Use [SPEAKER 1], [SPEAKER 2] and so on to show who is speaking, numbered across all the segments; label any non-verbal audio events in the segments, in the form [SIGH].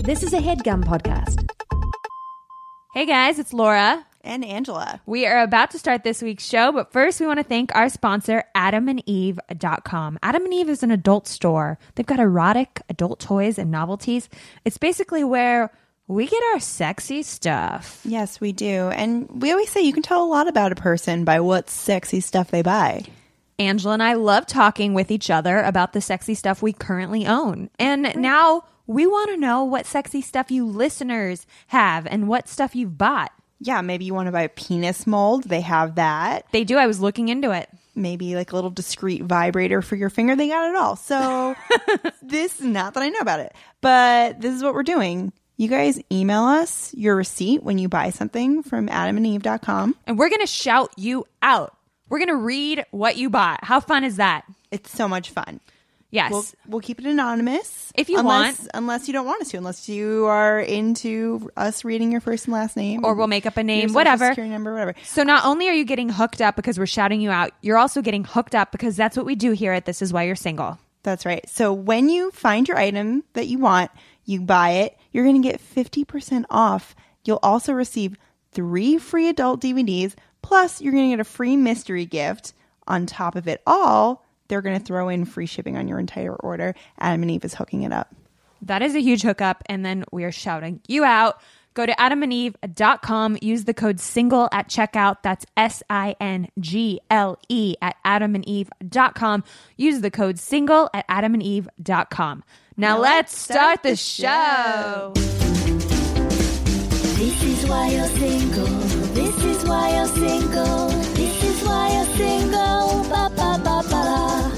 [SPEAKER 1] This is a headgum podcast.
[SPEAKER 2] Hey guys, it's Laura.
[SPEAKER 3] And Angela.
[SPEAKER 2] We are about to start this week's show, but first we want to thank our sponsor, adamandeve.com. Adam and Eve is an adult store. They've got erotic adult toys and novelties. It's basically where we get our sexy stuff.
[SPEAKER 3] Yes, we do. And we always say you can tell a lot about a person by what sexy stuff they buy.
[SPEAKER 2] Angela and I love talking with each other about the sexy stuff we currently own. And now we want to know what sexy stuff you listeners have and what stuff you've bought.
[SPEAKER 3] Yeah, maybe you want to buy a penis mold. They have that.
[SPEAKER 2] They do. I was looking into it.
[SPEAKER 3] Maybe like a little discreet vibrator for your finger. They got it all. So, [LAUGHS] this, not that I know about it, but this is what we're doing. You guys email us your receipt when you buy something from adamandeve.com.
[SPEAKER 2] And we're going to shout you out. We're going to read what you bought. How fun is that?
[SPEAKER 3] It's so much fun.
[SPEAKER 2] Yes.
[SPEAKER 3] We'll, we'll keep it anonymous.
[SPEAKER 2] If you
[SPEAKER 3] unless,
[SPEAKER 2] want.
[SPEAKER 3] Unless you don't want us to, unless you are into us reading your first and last name.
[SPEAKER 2] or we'll make up a
[SPEAKER 3] your
[SPEAKER 2] name,
[SPEAKER 3] social
[SPEAKER 2] whatever.
[SPEAKER 3] security number, whatever.
[SPEAKER 2] So not only are you getting hooked up because we're shouting you out, you're also getting hooked up because that's what we do here at This Is Why You're Single.
[SPEAKER 3] That's right. So when you find your item that you want, you buy it, you're going to get 50% off. You'll also receive three free adult DVDs, plus, you're going to get a free mystery gift. On top of it all, they're going to throw in free shipping on your entire order. Adam and Eve is hooking it up.
[SPEAKER 2] That is a huge hookup. And then we are shouting you out. Go to adamandeve.com. Use the code SINGLE at checkout. That's S I N G L E at adamandeve.com. Use the code SINGLE at adamandeve.com. Now, now let's start, the, show.
[SPEAKER 1] This is why you're single. This is why you're single. This is why you're single. Ba ba ba ba. la.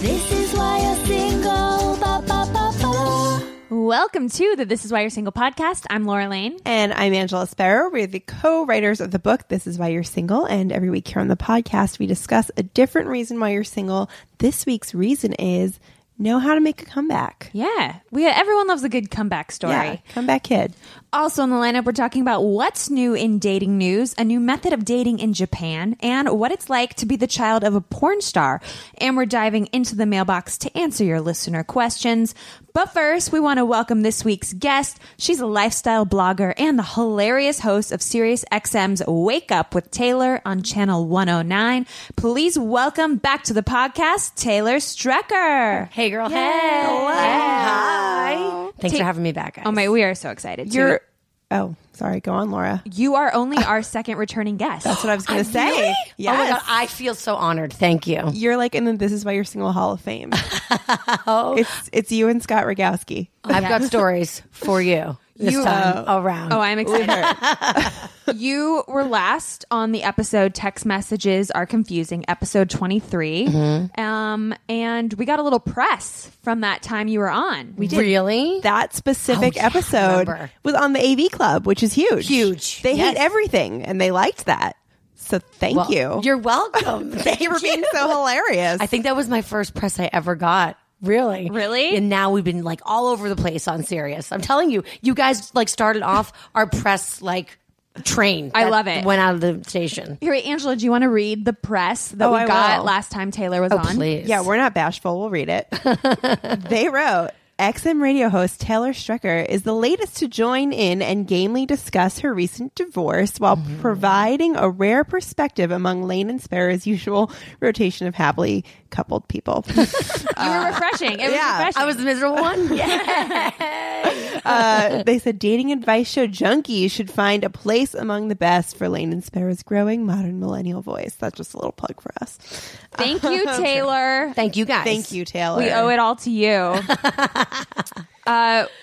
[SPEAKER 1] This is why you're single. Ba ba ba ba. la.
[SPEAKER 2] Welcome to the This Is Why You're Single podcast. I'm Laura Lane.
[SPEAKER 3] And I'm Angela Sparrow. We're the co writers of the book, This Is Why You're Single. And every week here on the podcast, we discuss a different reason why you're single. This week's reason is know how to make a comeback.
[SPEAKER 2] Yeah, we everyone loves a good comeback story.
[SPEAKER 3] Yeah, comeback kid.
[SPEAKER 2] Also in the lineup, we're talking about what's new in dating news, a new method of dating in Japan, and what it's like to be the child of a porn star. And we're diving into the mailbox to answer your listener questions. But first, we want to welcome this week's guest. She's a lifestyle blogger and the hilarious host of Sirius XM's Wake Up with Taylor on Channel 109. Please welcome back to the podcast, Taylor Strecker.
[SPEAKER 4] Hey, girl. Hey.
[SPEAKER 3] Hi.
[SPEAKER 4] Thanks for having me back, guys.
[SPEAKER 2] Oh my, we are so excited. too.
[SPEAKER 3] You're. Oh, sorry. Go on, Laura.
[SPEAKER 2] You are only our second returning guest.
[SPEAKER 3] That's what I was going to say.
[SPEAKER 4] Oh my
[SPEAKER 3] Yes.
[SPEAKER 4] God, I feel so honored. Thank you.
[SPEAKER 3] you're like, and then this is why you're single Hall of
[SPEAKER 4] [LAUGHS]
[SPEAKER 3] Fame. It's it's you and Scott Rogowski.
[SPEAKER 4] I've got stories for you this
[SPEAKER 2] You-
[SPEAKER 4] time around.
[SPEAKER 2] Oh, I'm excited. you were last on the episode Text Messages Are Confusing, episode 23. Um, and we got a little press from that time you were on. We
[SPEAKER 4] really?
[SPEAKER 3] That specific
[SPEAKER 4] Oh, yeah, I
[SPEAKER 3] episode
[SPEAKER 4] remember.
[SPEAKER 3] was on the AV Club, which is huge.
[SPEAKER 4] Huge.
[SPEAKER 3] They
[SPEAKER 4] Yes.
[SPEAKER 3] hate everything, and they liked that. So thank
[SPEAKER 4] Well,
[SPEAKER 3] you.
[SPEAKER 4] You're
[SPEAKER 3] [LAUGHS]
[SPEAKER 4] welcome. Thank
[SPEAKER 3] they were being
[SPEAKER 4] you.
[SPEAKER 3] so hilarious.
[SPEAKER 4] I think that was my first press I ever got. Really?
[SPEAKER 2] Really?
[SPEAKER 4] And now we've been like all over the place on Sirius. I'm telling you, you guys like started off our press like train.
[SPEAKER 2] I
[SPEAKER 4] that
[SPEAKER 2] love it.
[SPEAKER 4] Went out of the station.
[SPEAKER 2] Here, wait, Angela, do you want to read the press that
[SPEAKER 3] Oh,
[SPEAKER 2] we
[SPEAKER 3] I
[SPEAKER 2] got
[SPEAKER 3] will.
[SPEAKER 2] last time Taylor was on?
[SPEAKER 4] Oh, Please.
[SPEAKER 3] Yeah, we're not bashful. We'll read it. [LAUGHS] they wrote XM radio host Taylor Strecker is the latest to join in and gamely discuss her recent divorce while
[SPEAKER 2] Mm-hmm.
[SPEAKER 3] providing a rare perspective among Lane and Sparrow's usual rotation of happily coupled people.
[SPEAKER 2] [LAUGHS] You were refreshing. It was
[SPEAKER 3] yeah,
[SPEAKER 2] refreshing.
[SPEAKER 4] I was the miserable
[SPEAKER 2] [LAUGHS]
[SPEAKER 4] one. yeah.
[SPEAKER 3] uh, they said dating advice show junkies should find a place among the best for Lane and Sparrow's growing modern millennial voice. That's just a little plug for us.
[SPEAKER 2] Thank you, Taylor.
[SPEAKER 4] Thank you guys.
[SPEAKER 3] Thank you, Taylor.
[SPEAKER 2] we owe it all to you. uh,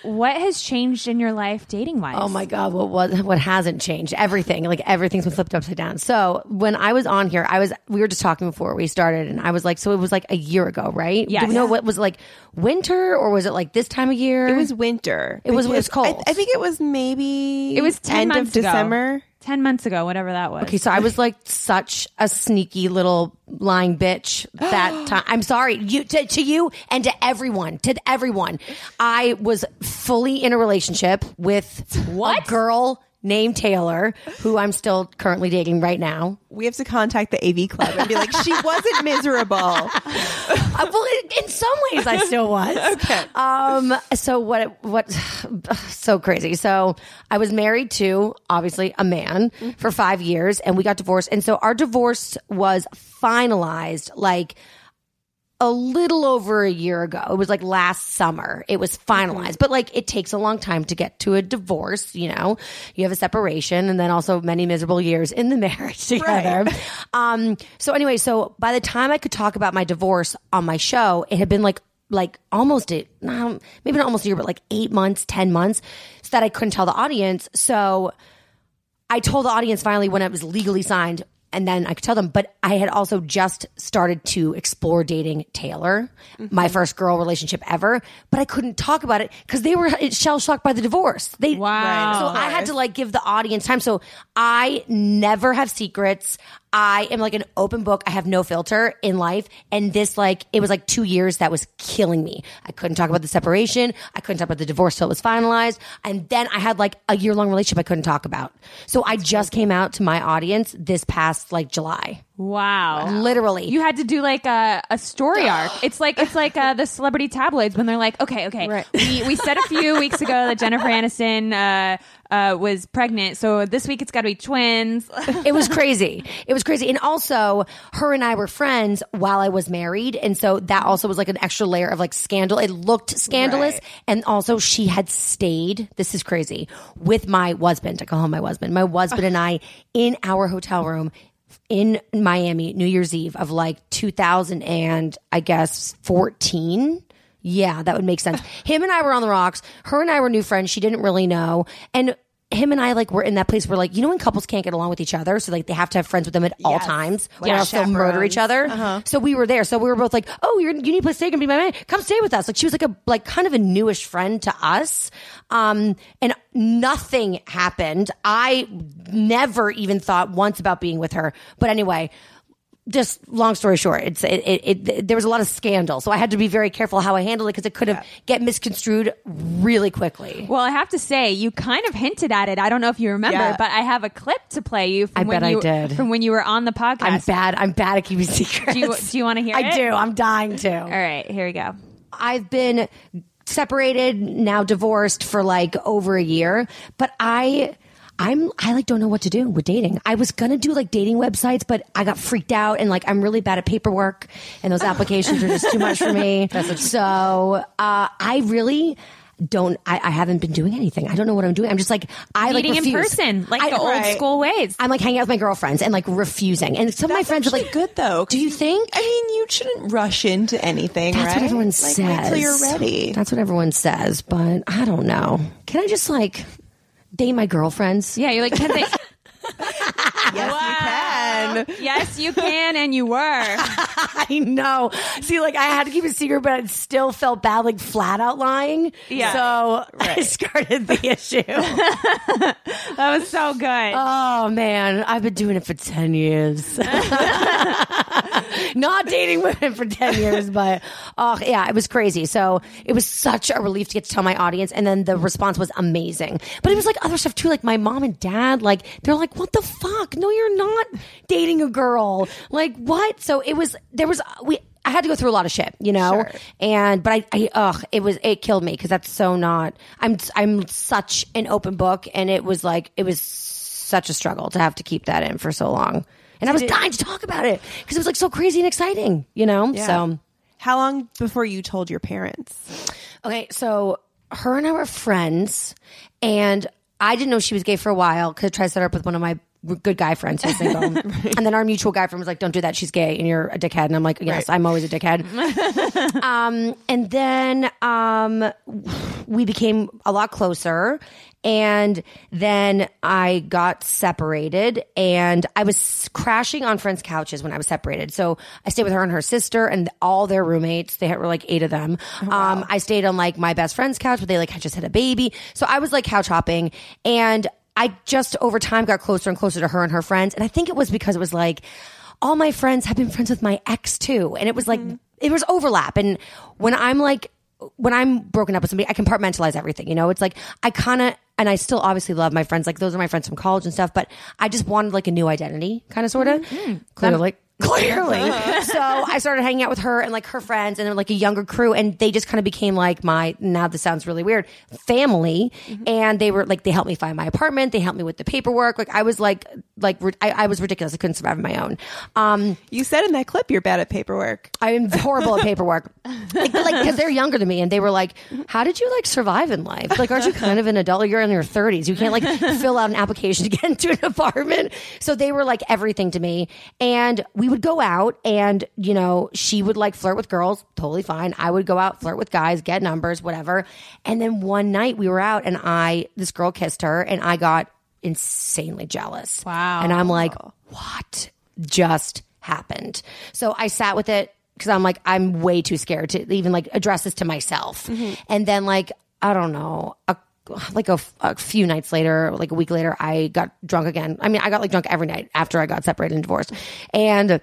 [SPEAKER 2] what has changed in your life dating wise?
[SPEAKER 4] Oh my god, what was what hasn't changed? Everything, like everything's been flipped upside down. So when I was on here, I was we were just talking before we started, and I was like, so it was like a year ago, right?
[SPEAKER 2] Yes.
[SPEAKER 4] Do we know what was it like winter, or was it like this time of year?
[SPEAKER 3] It was winter.
[SPEAKER 4] It was- it was
[SPEAKER 3] Because I-
[SPEAKER 4] cold.
[SPEAKER 3] I, think it was maybe
[SPEAKER 2] It was 10
[SPEAKER 3] end
[SPEAKER 2] months
[SPEAKER 3] of
[SPEAKER 2] ago.
[SPEAKER 3] December.
[SPEAKER 2] 10 months ago, whatever that was.
[SPEAKER 4] Okay, so I was like such a sneaky little lying bitch
[SPEAKER 3] [GASPS]
[SPEAKER 4] that time. I'm sorry you to, to you and to everyone, to everyone. I was fully in a relationship with a girl named Taylor, who I'm still currently dating right now.
[SPEAKER 3] We have to contact the AV club and be like,
[SPEAKER 4] [LAUGHS]
[SPEAKER 3] she wasn't miserable.
[SPEAKER 4] Uh, well, in, in some ways, I still was. okay. Um. So what? What? [SIGHS] So crazy. So I was married to obviously a man for five years, and we got divorced. And so our divorce was finalized like a little over a year ago. It was like last summer. It was finalized, but like it takes a long time to get to a divorce. You know, you have a separation, and then also many miserable years in the [LAUGHS] marriage together. Um. So anyway, so by the time I could talk about my divorce on my show, it had been like like almost a no, maybe not almost a year, but like eight months, ten months, so that I couldn't tell the audience. So I told the audience finally when it was legally signed, and then I could tell them. But I had also just started to explore dating Taylor, my first girl relationship ever. But I couldn't talk about it because they were [LAUGHS] shell shocked by the divorce. They
[SPEAKER 2] Wow.
[SPEAKER 4] So I had to like give the audience time. So I never have secrets. I am like an open book. I have no filter in life. And this like it was like two years that was killing me. I couldn't talk about the separation. I couldn't talk about the divorce till it was finalized. And then I had like a year long relationship I couldn't talk about. So I just came out to my audience this past like July.
[SPEAKER 2] Wow.
[SPEAKER 4] Literally.
[SPEAKER 2] You had to do like a, a story arc. It's like it's like uh, the celebrity tabloids when they're like, okay, okay, we, we said a few weeks ago that Jennifer Aniston uh, uh, was pregnant, so this week it's got to be
[SPEAKER 4] [LAUGHS]
[SPEAKER 2] twins.
[SPEAKER 4] it was crazy. It was crazy. And also, her and I were friends while I was married. And so that also was like an extra layer of like scandal. It looked scandalous. And also, she had stayed, this is crazy, with my husband. I call him my husband. My husband and I in our hotel room in Miami, New Year's Eve of like 2000 and I guess 14. Yeah, that would make sense. Him and I were on the rocks. Her and I were new friends. She didn't really know. And him and I like were in that place where like you know when couples can't get along with each other, so like they have to have friends with them at all times, or else they'll murder each other.
[SPEAKER 2] Uh-huh.
[SPEAKER 4] So we were there, so we were both like, "Oh, you're, you need a place to stay, you can be my man. Come stay with us." Like she was like a like kind of a newish friend to us, um, and nothing happened. I never even thought once about being with her, but anyway. Just long story short, it's it, it, it there was a lot of scandal, so I had to be very careful how I handled it because it could have get misconstrued really quickly.
[SPEAKER 2] Well, I have to say, you kind of hinted at it. I don't know if you remember,
[SPEAKER 3] Yeah.
[SPEAKER 2] but I have a clip to play you. From
[SPEAKER 4] I
[SPEAKER 2] when
[SPEAKER 4] bet I
[SPEAKER 2] you,
[SPEAKER 4] did.
[SPEAKER 2] from when you were on the
[SPEAKER 4] I'm
[SPEAKER 2] podcast.
[SPEAKER 4] bad. I'm bad at keeping [LAUGHS] secrets.
[SPEAKER 2] do you, do you want to hear?
[SPEAKER 4] I
[SPEAKER 2] it?
[SPEAKER 4] do. I'm dying to.
[SPEAKER 2] All right, here we go.
[SPEAKER 4] I've been separated, now divorced for like over a year, but I I'm I like don't know what to do with dating. I was going to do like dating websites, but I got freaked out and like I'm really bad at paperwork and
[SPEAKER 2] [LAUGHS]
[SPEAKER 4] those applications are just too much for me. So, uh I really don't I, I haven't been doing anything. I don't know what I'm doing. I'm just like I
[SPEAKER 2] Meeting
[SPEAKER 4] like
[SPEAKER 2] in
[SPEAKER 4] refuse.
[SPEAKER 2] person, like
[SPEAKER 4] I-
[SPEAKER 2] the old
[SPEAKER 4] Right.
[SPEAKER 2] school ways.
[SPEAKER 4] I'm like hanging out with my girlfriends and like refusing. And some of my friends are like,
[SPEAKER 3] good though.
[SPEAKER 4] Do you think?
[SPEAKER 3] I mean, you shouldn't rush into anything,
[SPEAKER 4] That's
[SPEAKER 3] right?
[SPEAKER 4] what everyone
[SPEAKER 3] like,
[SPEAKER 4] says.
[SPEAKER 3] Wait till you're ready.
[SPEAKER 4] That's what everyone says, but I don't know. Can I just like date my girlfriends?
[SPEAKER 2] Yeah, you're like, [LAUGHS] can they?
[SPEAKER 3] Yes, you can.
[SPEAKER 2] yes, you can, and you were.
[SPEAKER 4] [LAUGHS] I know. See, like I had to keep it secret, but it still felt bad, like flat out lying.
[SPEAKER 2] Yeah.
[SPEAKER 4] So I [LAUGHS] discarded the issue.
[SPEAKER 2] That was so good.
[SPEAKER 4] oh man, I've been doing it for ten years. [LAUGHS] Not dating women for ten years, but oh yeah, it was crazy. So it was such a relief to get to tell my audience, and then the response was amazing. But it was like other stuff too, like my mom and dad, like they're like, "What the fuck? No, you're not dating a girl. Like what?" So it was there was we. I had to go through a lot of shit, you know, and but I, I, ugh, it was it killed me because that's so not. I'm I'm such an open book, and it was like it was such a struggle to have to keep that in for so long. And I was dying to talk about it because it was like so crazy and exciting, you know? So,
[SPEAKER 3] How long before you told your parents?
[SPEAKER 4] okay, so her and I were friends, and I didn't know she was gay for a while because I tried to set her up with one of my good guy friends who's single. And then our mutual guy friend was like, don't do that. She's gay and you're a dickhead. And I'm like, yes, I'm always a dickhead. um, and then um, we became a lot closer. And then I got separated, and I was crashing on friends' couches when I was separated. So I stayed with her and her sister and all their roommates. They had, were like eight of them. Um, I stayed on like my best friend's couch, but they like had just had a baby. So I was like couch hopping, and I just over time got closer and closer to her and her friends. And I think it was because it was like all my friends have been friends with my ex too, and it was like it was overlap. And when I'm like when I'm broken up with somebody, I compartmentalize everything. You know, it's like I kind of and I still obviously love my friends. Like those are my friends from college and stuff. But I just wanted like a new identity, kind of, sort of. Clearly, clearly. so I started hanging out with her and like her friends and then like a younger crew, and they just kind of became like my. Now this sounds really weird. Family, and they were like they helped me find my apartment. They helped me with the paperwork. Like I was like like ri- I, I was ridiculous. I couldn't survive on my own. Um,
[SPEAKER 3] You said in that clip you're bad at paperwork.
[SPEAKER 4] I am horrible at paperwork. Like, because they're younger than me, and they were like, "How did you like survive in life? Like, aren't you kind of an adult? You're in your 30s. You can't like fill out an application to get into an apartment." So they were like everything to me, and we would go out, and you know, she would like flirt with girls, totally fine. I would go out, flirt with guys, get numbers, whatever. And then one night we were out, and I this girl kissed her, and I got insanely jealous.
[SPEAKER 2] Wow.
[SPEAKER 4] And I'm like, what just happened? So I sat with it because I'm like, I'm way too scared to even like address this to myself.
[SPEAKER 2] Mm-hmm.
[SPEAKER 4] And then like, I don't know, a, like a, f- a few nights later, like a week later, I got drunk again. I mean, I got like drunk every night after I got separated and divorced.
[SPEAKER 2] [LAUGHS]
[SPEAKER 4] And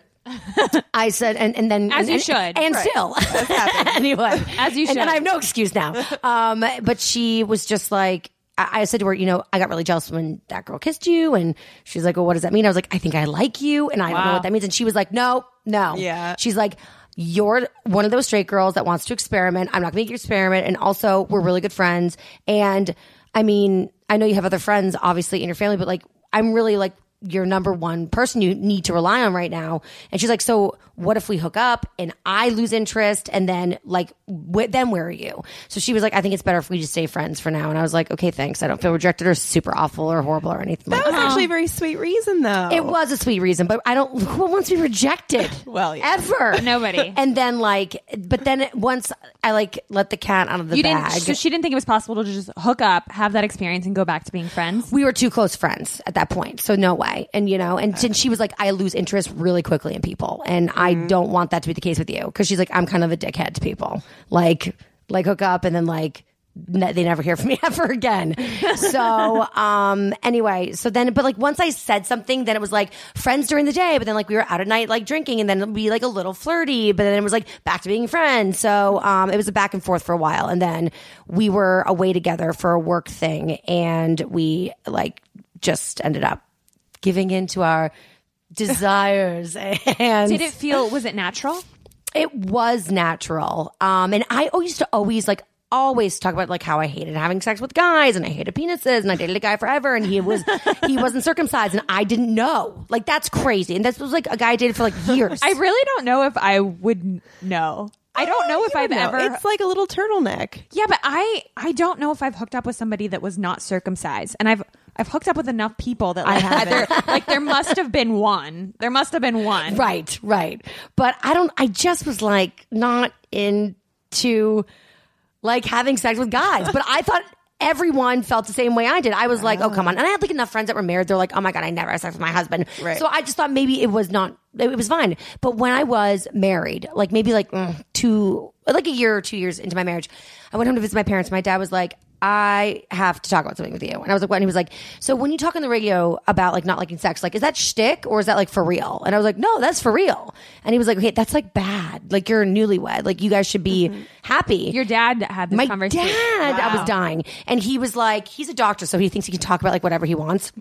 [SPEAKER 4] I said, and, and then
[SPEAKER 2] As
[SPEAKER 4] and,
[SPEAKER 2] you
[SPEAKER 4] and-
[SPEAKER 2] should.
[SPEAKER 4] and still [LAUGHS] anyway,
[SPEAKER 2] As you
[SPEAKER 4] and,
[SPEAKER 2] should.
[SPEAKER 4] and I have no excuse now. Um, but she was just like, I, I said to her, you know, I got really jealous when that girl kissed you, and she's like, well, what does that mean? I was like, I think I like you, and I don't know
[SPEAKER 2] Wow.
[SPEAKER 4] what that means. And she was like, no, no,
[SPEAKER 3] Yeah.
[SPEAKER 4] She's like. You're one of those straight girls that wants to experiment. I'm not going to make you experiment. And also, we're really good friends. And I mean, I know you have other friends, obviously, in your family, but like, I'm really like your number one person you need to rely on right now. And she's like, so what if we hook up and I lose interest and then like, wh- then where are you? So she was like, I think it's better if we just stay friends for now. And I was like, okay, thanks. I don't feel rejected or super awful or horrible or anything. like
[SPEAKER 3] That was actually a very sweet reason, though.
[SPEAKER 4] Uh-huh. it
[SPEAKER 2] Oh.
[SPEAKER 4] was a sweet reason, but I don't. [LAUGHS] Who wants to
[SPEAKER 2] [LAUGHS]
[SPEAKER 4] be rejected?
[SPEAKER 3] Well, yeah.
[SPEAKER 4] ever
[SPEAKER 2] Nobody.
[SPEAKER 4] And then like, but then once I like let the cat out of the
[SPEAKER 2] You
[SPEAKER 4] bag.
[SPEAKER 2] didn't. So she didn't think it was possible to just hook up, have that experience, and go back to being friends.
[SPEAKER 4] we were too close friends at that point, so no way. And you know, and since she was like, I lose interest really quickly in people, and I
[SPEAKER 2] Mm-hmm.
[SPEAKER 4] don't want that to be the case with you because she's like, I'm kind of a dickhead to people, like like hook up and then like. Ne- they never hear from me [LAUGHS] ever again. So, um, anyway, so then, but like once I said something, then it was like friends during the day, but then like we were out at night, like drinking, and then it'd be like a little flirty, but then it was like back to being friends. So, um, it was a back and forth for a while. And then we were away together for a work thing, and we like just ended up giving in to our desires [LAUGHS] and
[SPEAKER 2] Did it feel? Was it natural?
[SPEAKER 4] it was natural. Um, and I always- used to always like always talk about like how I hated having sex with guys and I hated penises and I dated a guy forever and he [LAUGHS] was he wasn't circumcised and I didn't know. Like that's crazy. And this was like a guy [LAUGHS] I dated for like years.
[SPEAKER 2] I really don't know if I would know. I don't know if
[SPEAKER 3] You
[SPEAKER 2] I've
[SPEAKER 3] don't know.
[SPEAKER 2] ever.
[SPEAKER 3] It's like a little turtleneck.
[SPEAKER 2] yeah, but I I don't know if I've hooked up with somebody that was not circumcised, and I've I've hooked up with enough people that like, there, like there must have been one. There must have been one.
[SPEAKER 4] right, right. But I don't I just was like not into like having sex with guys. But I thought everyone felt the same way I did. I was like, oh come on. And I had like enough friends that were married. They're like, oh my god, I never had sex with my husband.
[SPEAKER 3] Right.
[SPEAKER 4] So I just thought maybe it was not. It was fine. But when I was married, like maybe like mm, two, like a year or two years into my marriage, I went home to visit my parents. My dad was like. I have to talk about something with you. And I was like, what? And he was like, so when you talk on the radio about like not liking sex, like, is that shtick or is that like for real? And I was like, no, that's for real. And he was like, okay, that's like bad. Like you're newlywed. Like you guys should be happy
[SPEAKER 2] Your dad had this
[SPEAKER 4] my
[SPEAKER 2] conversation.
[SPEAKER 4] dad i
[SPEAKER 2] Wow.
[SPEAKER 4] was dying and he was like he's a doctor so he thinks he can talk about like whatever he wants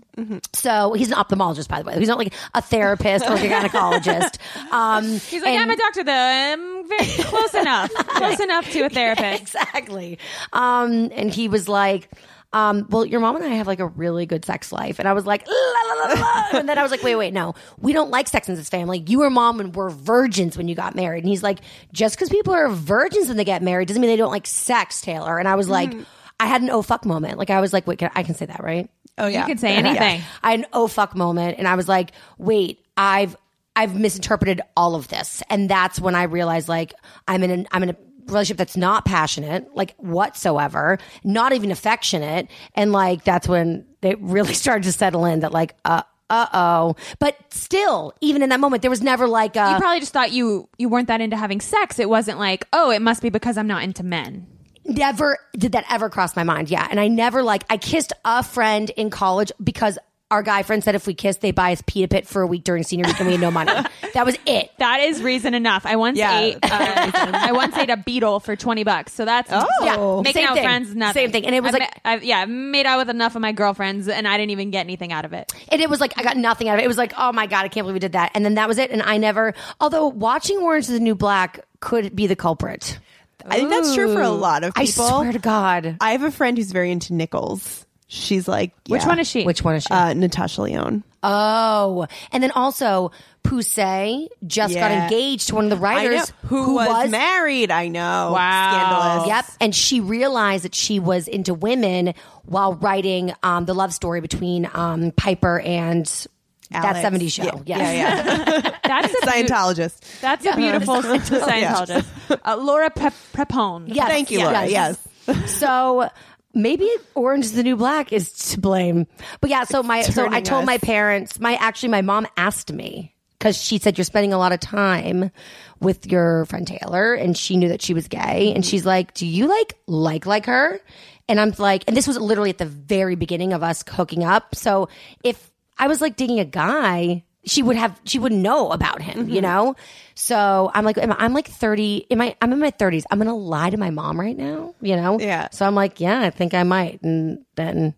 [SPEAKER 4] so he's an ophthalmologist by the way he's not like a therapist or like a
[SPEAKER 2] [LAUGHS]
[SPEAKER 4] gynecologist um
[SPEAKER 2] He's like,
[SPEAKER 4] and-
[SPEAKER 2] I'm a doctor, though. I'm [LAUGHS] very close enough, close enough to a [LAUGHS] therapist.
[SPEAKER 4] [LAUGHS] exactly. Um, and he was like, um, well, your mom and I have like a really good sex life. And I was like, la, la, la, la. and then I was like, wait, wait, no, we don't like sex in this family. You were mom and were virgins when you got married. And he's like, just because people are virgins when they get married doesn't mean they don't like sex, Taylor. And I was like, I had an oh fuck moment. Like I was like, wait, can, I can say that, right?
[SPEAKER 3] Oh yeah,
[SPEAKER 2] You could say anything.
[SPEAKER 4] I had an oh fuck moment, and I was like, wait, I've I've misinterpreted all of this, and that's when I realized like I'm in an, I'm in a relationship that's not passionate, like whatsoever, not even affectionate, and like that's when they really [LAUGHS] started to settle in that like uh. Uh oh! But still, even in that moment, there was never like a
[SPEAKER 2] You probably just thought you you weren't that into having sex. It wasn't like, oh, it must be because I'm not into men.
[SPEAKER 4] never did that ever cross my mind. Yeah. And I never like, I kissed a friend in college because our guy friend said if we kissed, they buy us Pita Pit for a week during senior week, and we had no money. that was it.
[SPEAKER 2] That is reason enough. I once
[SPEAKER 3] Yeah,
[SPEAKER 2] ate. [LAUGHS] Uh, I once ate a beetle for twenty bucks. So that's
[SPEAKER 3] Oh.
[SPEAKER 2] yeah, making
[SPEAKER 4] Same
[SPEAKER 2] out
[SPEAKER 4] thing.
[SPEAKER 2] friends. is Nothing.
[SPEAKER 4] Same thing. And it was
[SPEAKER 2] I
[SPEAKER 4] like-
[SPEAKER 2] ma- I- yeah, I made out with enough of my girlfriends, and I didn't even get anything out of it.
[SPEAKER 4] And it was like I got nothing out of it. It was like, oh my god, I can't believe we did that. And then that was it. And I never. Although watching Orange is the New Black could be the culprit.
[SPEAKER 3] I think that's true for a lot of
[SPEAKER 4] I
[SPEAKER 3] people.
[SPEAKER 4] swear to God.
[SPEAKER 3] I have a friend who's very into nickels. She's like,
[SPEAKER 2] Which
[SPEAKER 3] yeah.
[SPEAKER 2] one is she?
[SPEAKER 4] Which one is she?
[SPEAKER 3] Uh, Natasha Leone.
[SPEAKER 4] oh, and then also Poussey just got
[SPEAKER 3] Yeah.
[SPEAKER 4] engaged to one of the
[SPEAKER 3] I know.
[SPEAKER 4] writers
[SPEAKER 3] Who, was, married? I know.
[SPEAKER 2] Wow.
[SPEAKER 3] Scandalous.
[SPEAKER 4] Yep. And she realized that she was into women while writing um, the love story between um, Piper and
[SPEAKER 3] Alex.
[SPEAKER 4] that 70s show.
[SPEAKER 3] Yeah.
[SPEAKER 4] Yes.
[SPEAKER 3] Yeah,
[SPEAKER 4] [LAUGHS]
[SPEAKER 3] yeah.
[SPEAKER 2] That's a beau-
[SPEAKER 3] Scientologist.
[SPEAKER 2] That's a [LAUGHS] beautiful it's a Scientologist. Uh, Laura Pe- Prepone.
[SPEAKER 4] Yes,
[SPEAKER 3] Thank you, Laura. Yes. [LAUGHS]
[SPEAKER 4] so maybe orange is the new black is to blame but yeah so my so i
[SPEAKER 3] turning
[SPEAKER 4] told
[SPEAKER 3] us.
[SPEAKER 4] my parents my actually my mom asked me because she said you're spending a lot of time with your friend taylor and she knew that she was gay and she's like do you like like like her and i'm like and this was literally at the very beginning of us hooking up so if i was like digging a guy she would have she would know about him you know so i'm like am I- i'm like 30 am i i'm in my 30s i'm gonna lie to my mom right now you know
[SPEAKER 3] Yeah.
[SPEAKER 4] so I'm like, yeah, I think I might. And then,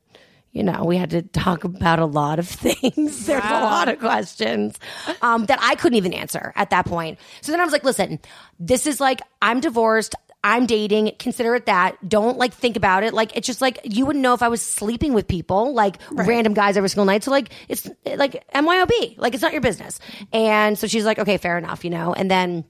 [SPEAKER 4] you know, we had to talk about a lot of [LAUGHS] things. There's a lot of questions um, that I couldn't even answer at that point. So then I was like, listen, this is like, I'm divorced. I'm dating. Consider it that. Don't like think about it. Like it's just like you wouldn't know if I was sleeping with people, like random guys every single night. So like it's like MYOB. Like it's not your business. And so she's like, okay, fair enough, you know. And then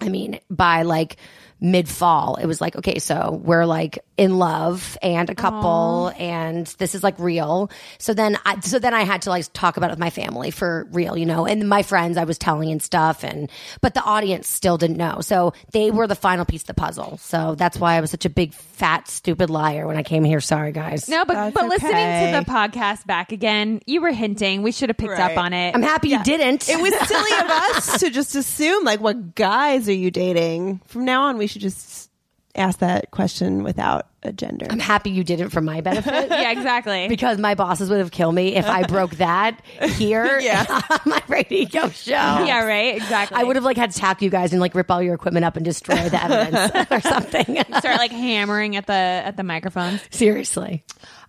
[SPEAKER 4] I mean, by like mid fall, it was like, okay, so we're like in love and a couple and this is like real. So then I, so then I had to like talk about it with my family for real, you know, and my friends I was telling and stuff and, but the audience still didn't know. So they were the final piece of the puzzle. So that's why I was such a big fat, stupid liar when I came here. Sorry guys.
[SPEAKER 2] No, but
[SPEAKER 3] That's
[SPEAKER 2] but listening
[SPEAKER 3] okay.
[SPEAKER 2] to the podcast back again, you were hinting we should have picked
[SPEAKER 3] Right.
[SPEAKER 2] up on it.
[SPEAKER 4] I'm [LAUGHS] happy you didn't.
[SPEAKER 3] It was silly of us to just assume, like, what guys are you dating? From now on, we should just ask that question without a gender.
[SPEAKER 4] I'm happy you didn't for my benefit.
[SPEAKER 2] yeah,
[SPEAKER 3] [LAUGHS]
[SPEAKER 2] exactly.
[SPEAKER 4] because my bosses would have killed me if I broke that
[SPEAKER 3] [LAUGHS]
[SPEAKER 4] here [LAUGHS] on my radio show.
[SPEAKER 2] yeah, right. Exactly.
[SPEAKER 4] I would have like had to tack you guys and like rip all your equipment up and destroy the
[SPEAKER 3] [LAUGHS]
[SPEAKER 4] evidence [LAUGHS] or something.
[SPEAKER 2] start like hammering at the at the microphones.
[SPEAKER 4] Seriously.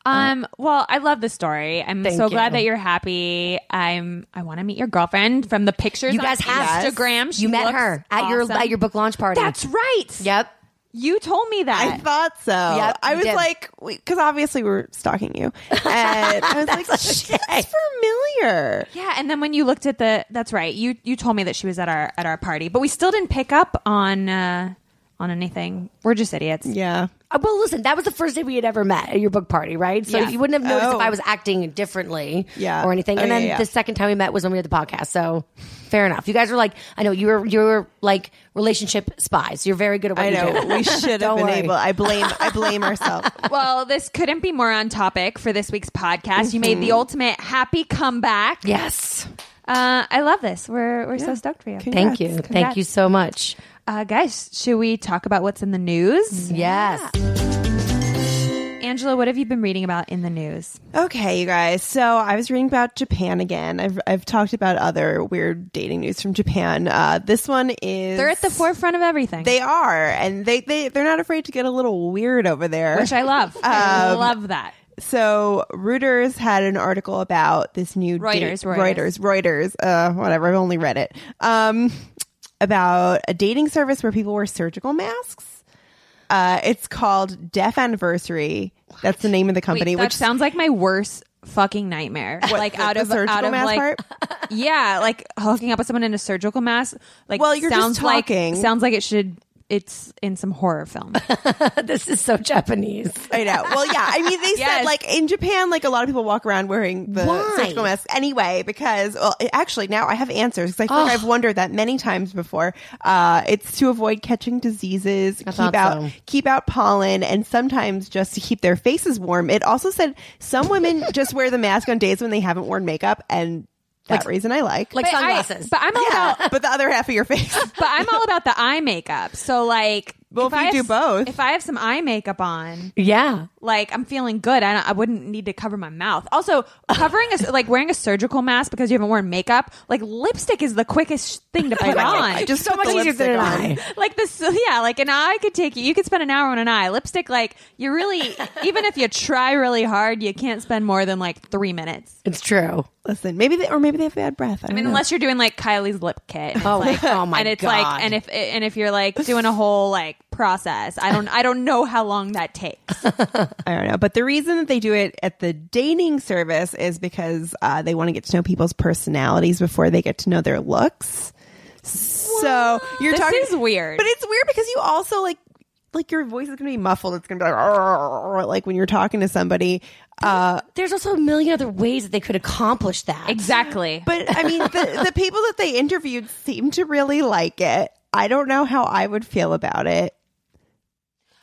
[SPEAKER 2] Um, well, I love the story. I'm
[SPEAKER 4] Oh. Thank
[SPEAKER 2] so
[SPEAKER 4] you.
[SPEAKER 2] glad that you're happy. I'm. I want to meet your girlfriend from the pictures.
[SPEAKER 4] You guys
[SPEAKER 2] on
[SPEAKER 4] have
[SPEAKER 2] Instagram. She
[SPEAKER 4] You met
[SPEAKER 2] looks
[SPEAKER 4] her at your
[SPEAKER 2] awesome.
[SPEAKER 4] at your book launch party.
[SPEAKER 2] That's right.
[SPEAKER 4] Yep.
[SPEAKER 2] You told me that.
[SPEAKER 3] I thought so.
[SPEAKER 4] Yep,
[SPEAKER 3] I
[SPEAKER 4] you
[SPEAKER 3] was
[SPEAKER 4] did.
[SPEAKER 3] like, because obviously we're stalking
[SPEAKER 4] [LAUGHS]
[SPEAKER 3] you, and I was like, she's familiar.
[SPEAKER 2] yeah, and then when you looked at the, that's right. You you told me that she was at our at our party, but we still didn't pick up on uh, on anything. We're just idiots.
[SPEAKER 3] Yeah,
[SPEAKER 4] Uh, Well, listen, that was the first day we had ever met at your book party, right? So
[SPEAKER 2] Yeah.
[SPEAKER 4] you wouldn't have noticed
[SPEAKER 3] Oh.
[SPEAKER 4] if I was acting differently
[SPEAKER 3] Yeah.
[SPEAKER 4] or anything.
[SPEAKER 3] Oh,
[SPEAKER 4] and then
[SPEAKER 3] yeah, yeah.
[SPEAKER 4] the second time we met was when we had the podcast. So fair enough. You guys were like, I know you were you were like relationship spies. You're very good at what
[SPEAKER 3] I
[SPEAKER 4] you
[SPEAKER 3] know. [LAUGHS]
[SPEAKER 4] do.
[SPEAKER 3] We
[SPEAKER 4] [LAUGHS]
[SPEAKER 3] should have
[SPEAKER 4] Don't
[SPEAKER 3] been
[SPEAKER 4] worry.
[SPEAKER 3] able. I blame. I
[SPEAKER 4] [LAUGHS]
[SPEAKER 3] blame ourselves.
[SPEAKER 2] Well, this couldn't be more on topic for this week's podcast. You
[SPEAKER 3] Mm-hmm.
[SPEAKER 2] made the ultimate happy comeback.
[SPEAKER 4] Yes.
[SPEAKER 2] Uh, I love this. We're we're so stoked for you.
[SPEAKER 4] Thank
[SPEAKER 3] Congrats.
[SPEAKER 4] you. Thank
[SPEAKER 2] Congrats.
[SPEAKER 4] you so much.
[SPEAKER 2] Uh, guys, should we talk about what's in the
[SPEAKER 3] Mm-hmm.
[SPEAKER 2] news?
[SPEAKER 4] Yes.
[SPEAKER 2] Angela, what have you been reading about in the news?
[SPEAKER 3] Okay, you guys. So I was reading about Japan again. I've I've talked about other weird dating news from Japan. Uh, this one is
[SPEAKER 2] They're at the forefront of everything,
[SPEAKER 3] They are, and they they they're not afraid to get a little weird over there.
[SPEAKER 2] which I
[SPEAKER 3] [LAUGHS]
[SPEAKER 2] love. I
[SPEAKER 3] Um,
[SPEAKER 2] love that.
[SPEAKER 3] So Reuters had an article about this new
[SPEAKER 2] Reuters,
[SPEAKER 3] date-
[SPEAKER 2] Reuters.
[SPEAKER 3] Reuters, Reuters, uh, whatever. I've only read it. Um, about a dating service where people wear surgical masks. Uh, it's called Deaf Anniversary. That's the name of the
[SPEAKER 2] Wait,
[SPEAKER 3] company.
[SPEAKER 2] that
[SPEAKER 3] which
[SPEAKER 2] sounds like my worst fucking nightmare. like
[SPEAKER 3] the-
[SPEAKER 2] out
[SPEAKER 3] the
[SPEAKER 2] of
[SPEAKER 3] surgical
[SPEAKER 2] out of
[SPEAKER 3] mask
[SPEAKER 2] like
[SPEAKER 3] part?
[SPEAKER 2] [LAUGHS] yeah, like hooking up with someone in a surgical mask. Like
[SPEAKER 3] Well, you're just
[SPEAKER 2] sounds
[SPEAKER 3] talking.
[SPEAKER 2] like sounds like it should. It's in some horror
[SPEAKER 3] [LAUGHS]
[SPEAKER 2] film.
[SPEAKER 4] [LAUGHS] this is so Japanese.
[SPEAKER 3] I know. Well, yeah. I
[SPEAKER 4] [LAUGHS]
[SPEAKER 3] mean, they said
[SPEAKER 2] Yes.
[SPEAKER 3] like in Japan, like a lot of people walk around wearing the
[SPEAKER 4] Why?
[SPEAKER 3] surgical mask anyway. Because well, it- actually, now I have answers because I feel like I've wondered that many times before. Uh, it's to avoid catching diseases,
[SPEAKER 4] thought
[SPEAKER 3] keep out
[SPEAKER 4] so.
[SPEAKER 3] keep out pollen, and sometimes just to keep their faces warm. It also said some
[SPEAKER 4] [LAUGHS]
[SPEAKER 3] women just wear the mask on days when they haven't worn makeup, and that reason I like.
[SPEAKER 4] Like
[SPEAKER 2] But I-
[SPEAKER 4] sunglasses.
[SPEAKER 2] but I'm all about
[SPEAKER 4] [LAUGHS]
[SPEAKER 3] but the other half of your face.
[SPEAKER 2] but I'm all about the eye makeup. So like
[SPEAKER 3] Well, if,
[SPEAKER 2] I
[SPEAKER 3] you do
[SPEAKER 2] have-
[SPEAKER 3] both,
[SPEAKER 2] If I have some eye makeup on,
[SPEAKER 4] Yeah.
[SPEAKER 2] like I'm feeling good, I, don't- I wouldn't need to cover my mouth. Also, covering a, like wearing a surgical mask because you haven't worn makeup, like lipstick is the quickest thing to put on.
[SPEAKER 3] I just
[SPEAKER 4] So
[SPEAKER 3] put
[SPEAKER 4] much
[SPEAKER 3] the
[SPEAKER 4] easier than an
[SPEAKER 3] lipstick on.
[SPEAKER 4] eye.
[SPEAKER 2] like this yeah like an eye could take you you could spend an hour on an eye lipstick like you really even if you try really hard you can't spend more than like three minutes
[SPEAKER 4] It's true.
[SPEAKER 3] Listen, maybe they or maybe they have bad breath. I,
[SPEAKER 2] i
[SPEAKER 3] don't
[SPEAKER 2] mean
[SPEAKER 3] know.
[SPEAKER 2] unless you're doing like kylie's lip kit and
[SPEAKER 4] Oh, [LAUGHS] oh my
[SPEAKER 2] and it's
[SPEAKER 4] God.
[SPEAKER 2] like and if and if you're like doing a whole like process i don't i don't know how long that takes
[SPEAKER 3] I don't know. But the reason that they do it at the dating service is because uh, they want to get to know people's personalities before they get to know their looks. So you're
[SPEAKER 2] This
[SPEAKER 3] talking
[SPEAKER 2] is weird.
[SPEAKER 3] but it's weird because you also like like your voice is gonna be muffled. It's gonna be like "Arr," like [LAUGHS] when you're talking to somebody. Uh,
[SPEAKER 4] There's also a million other ways that they could accomplish that.
[SPEAKER 2] exactly
[SPEAKER 3] but I
[SPEAKER 2] [LAUGHS]
[SPEAKER 3] mean, the, the people that they interviewed seem to really like it. I don't know how I would feel about it.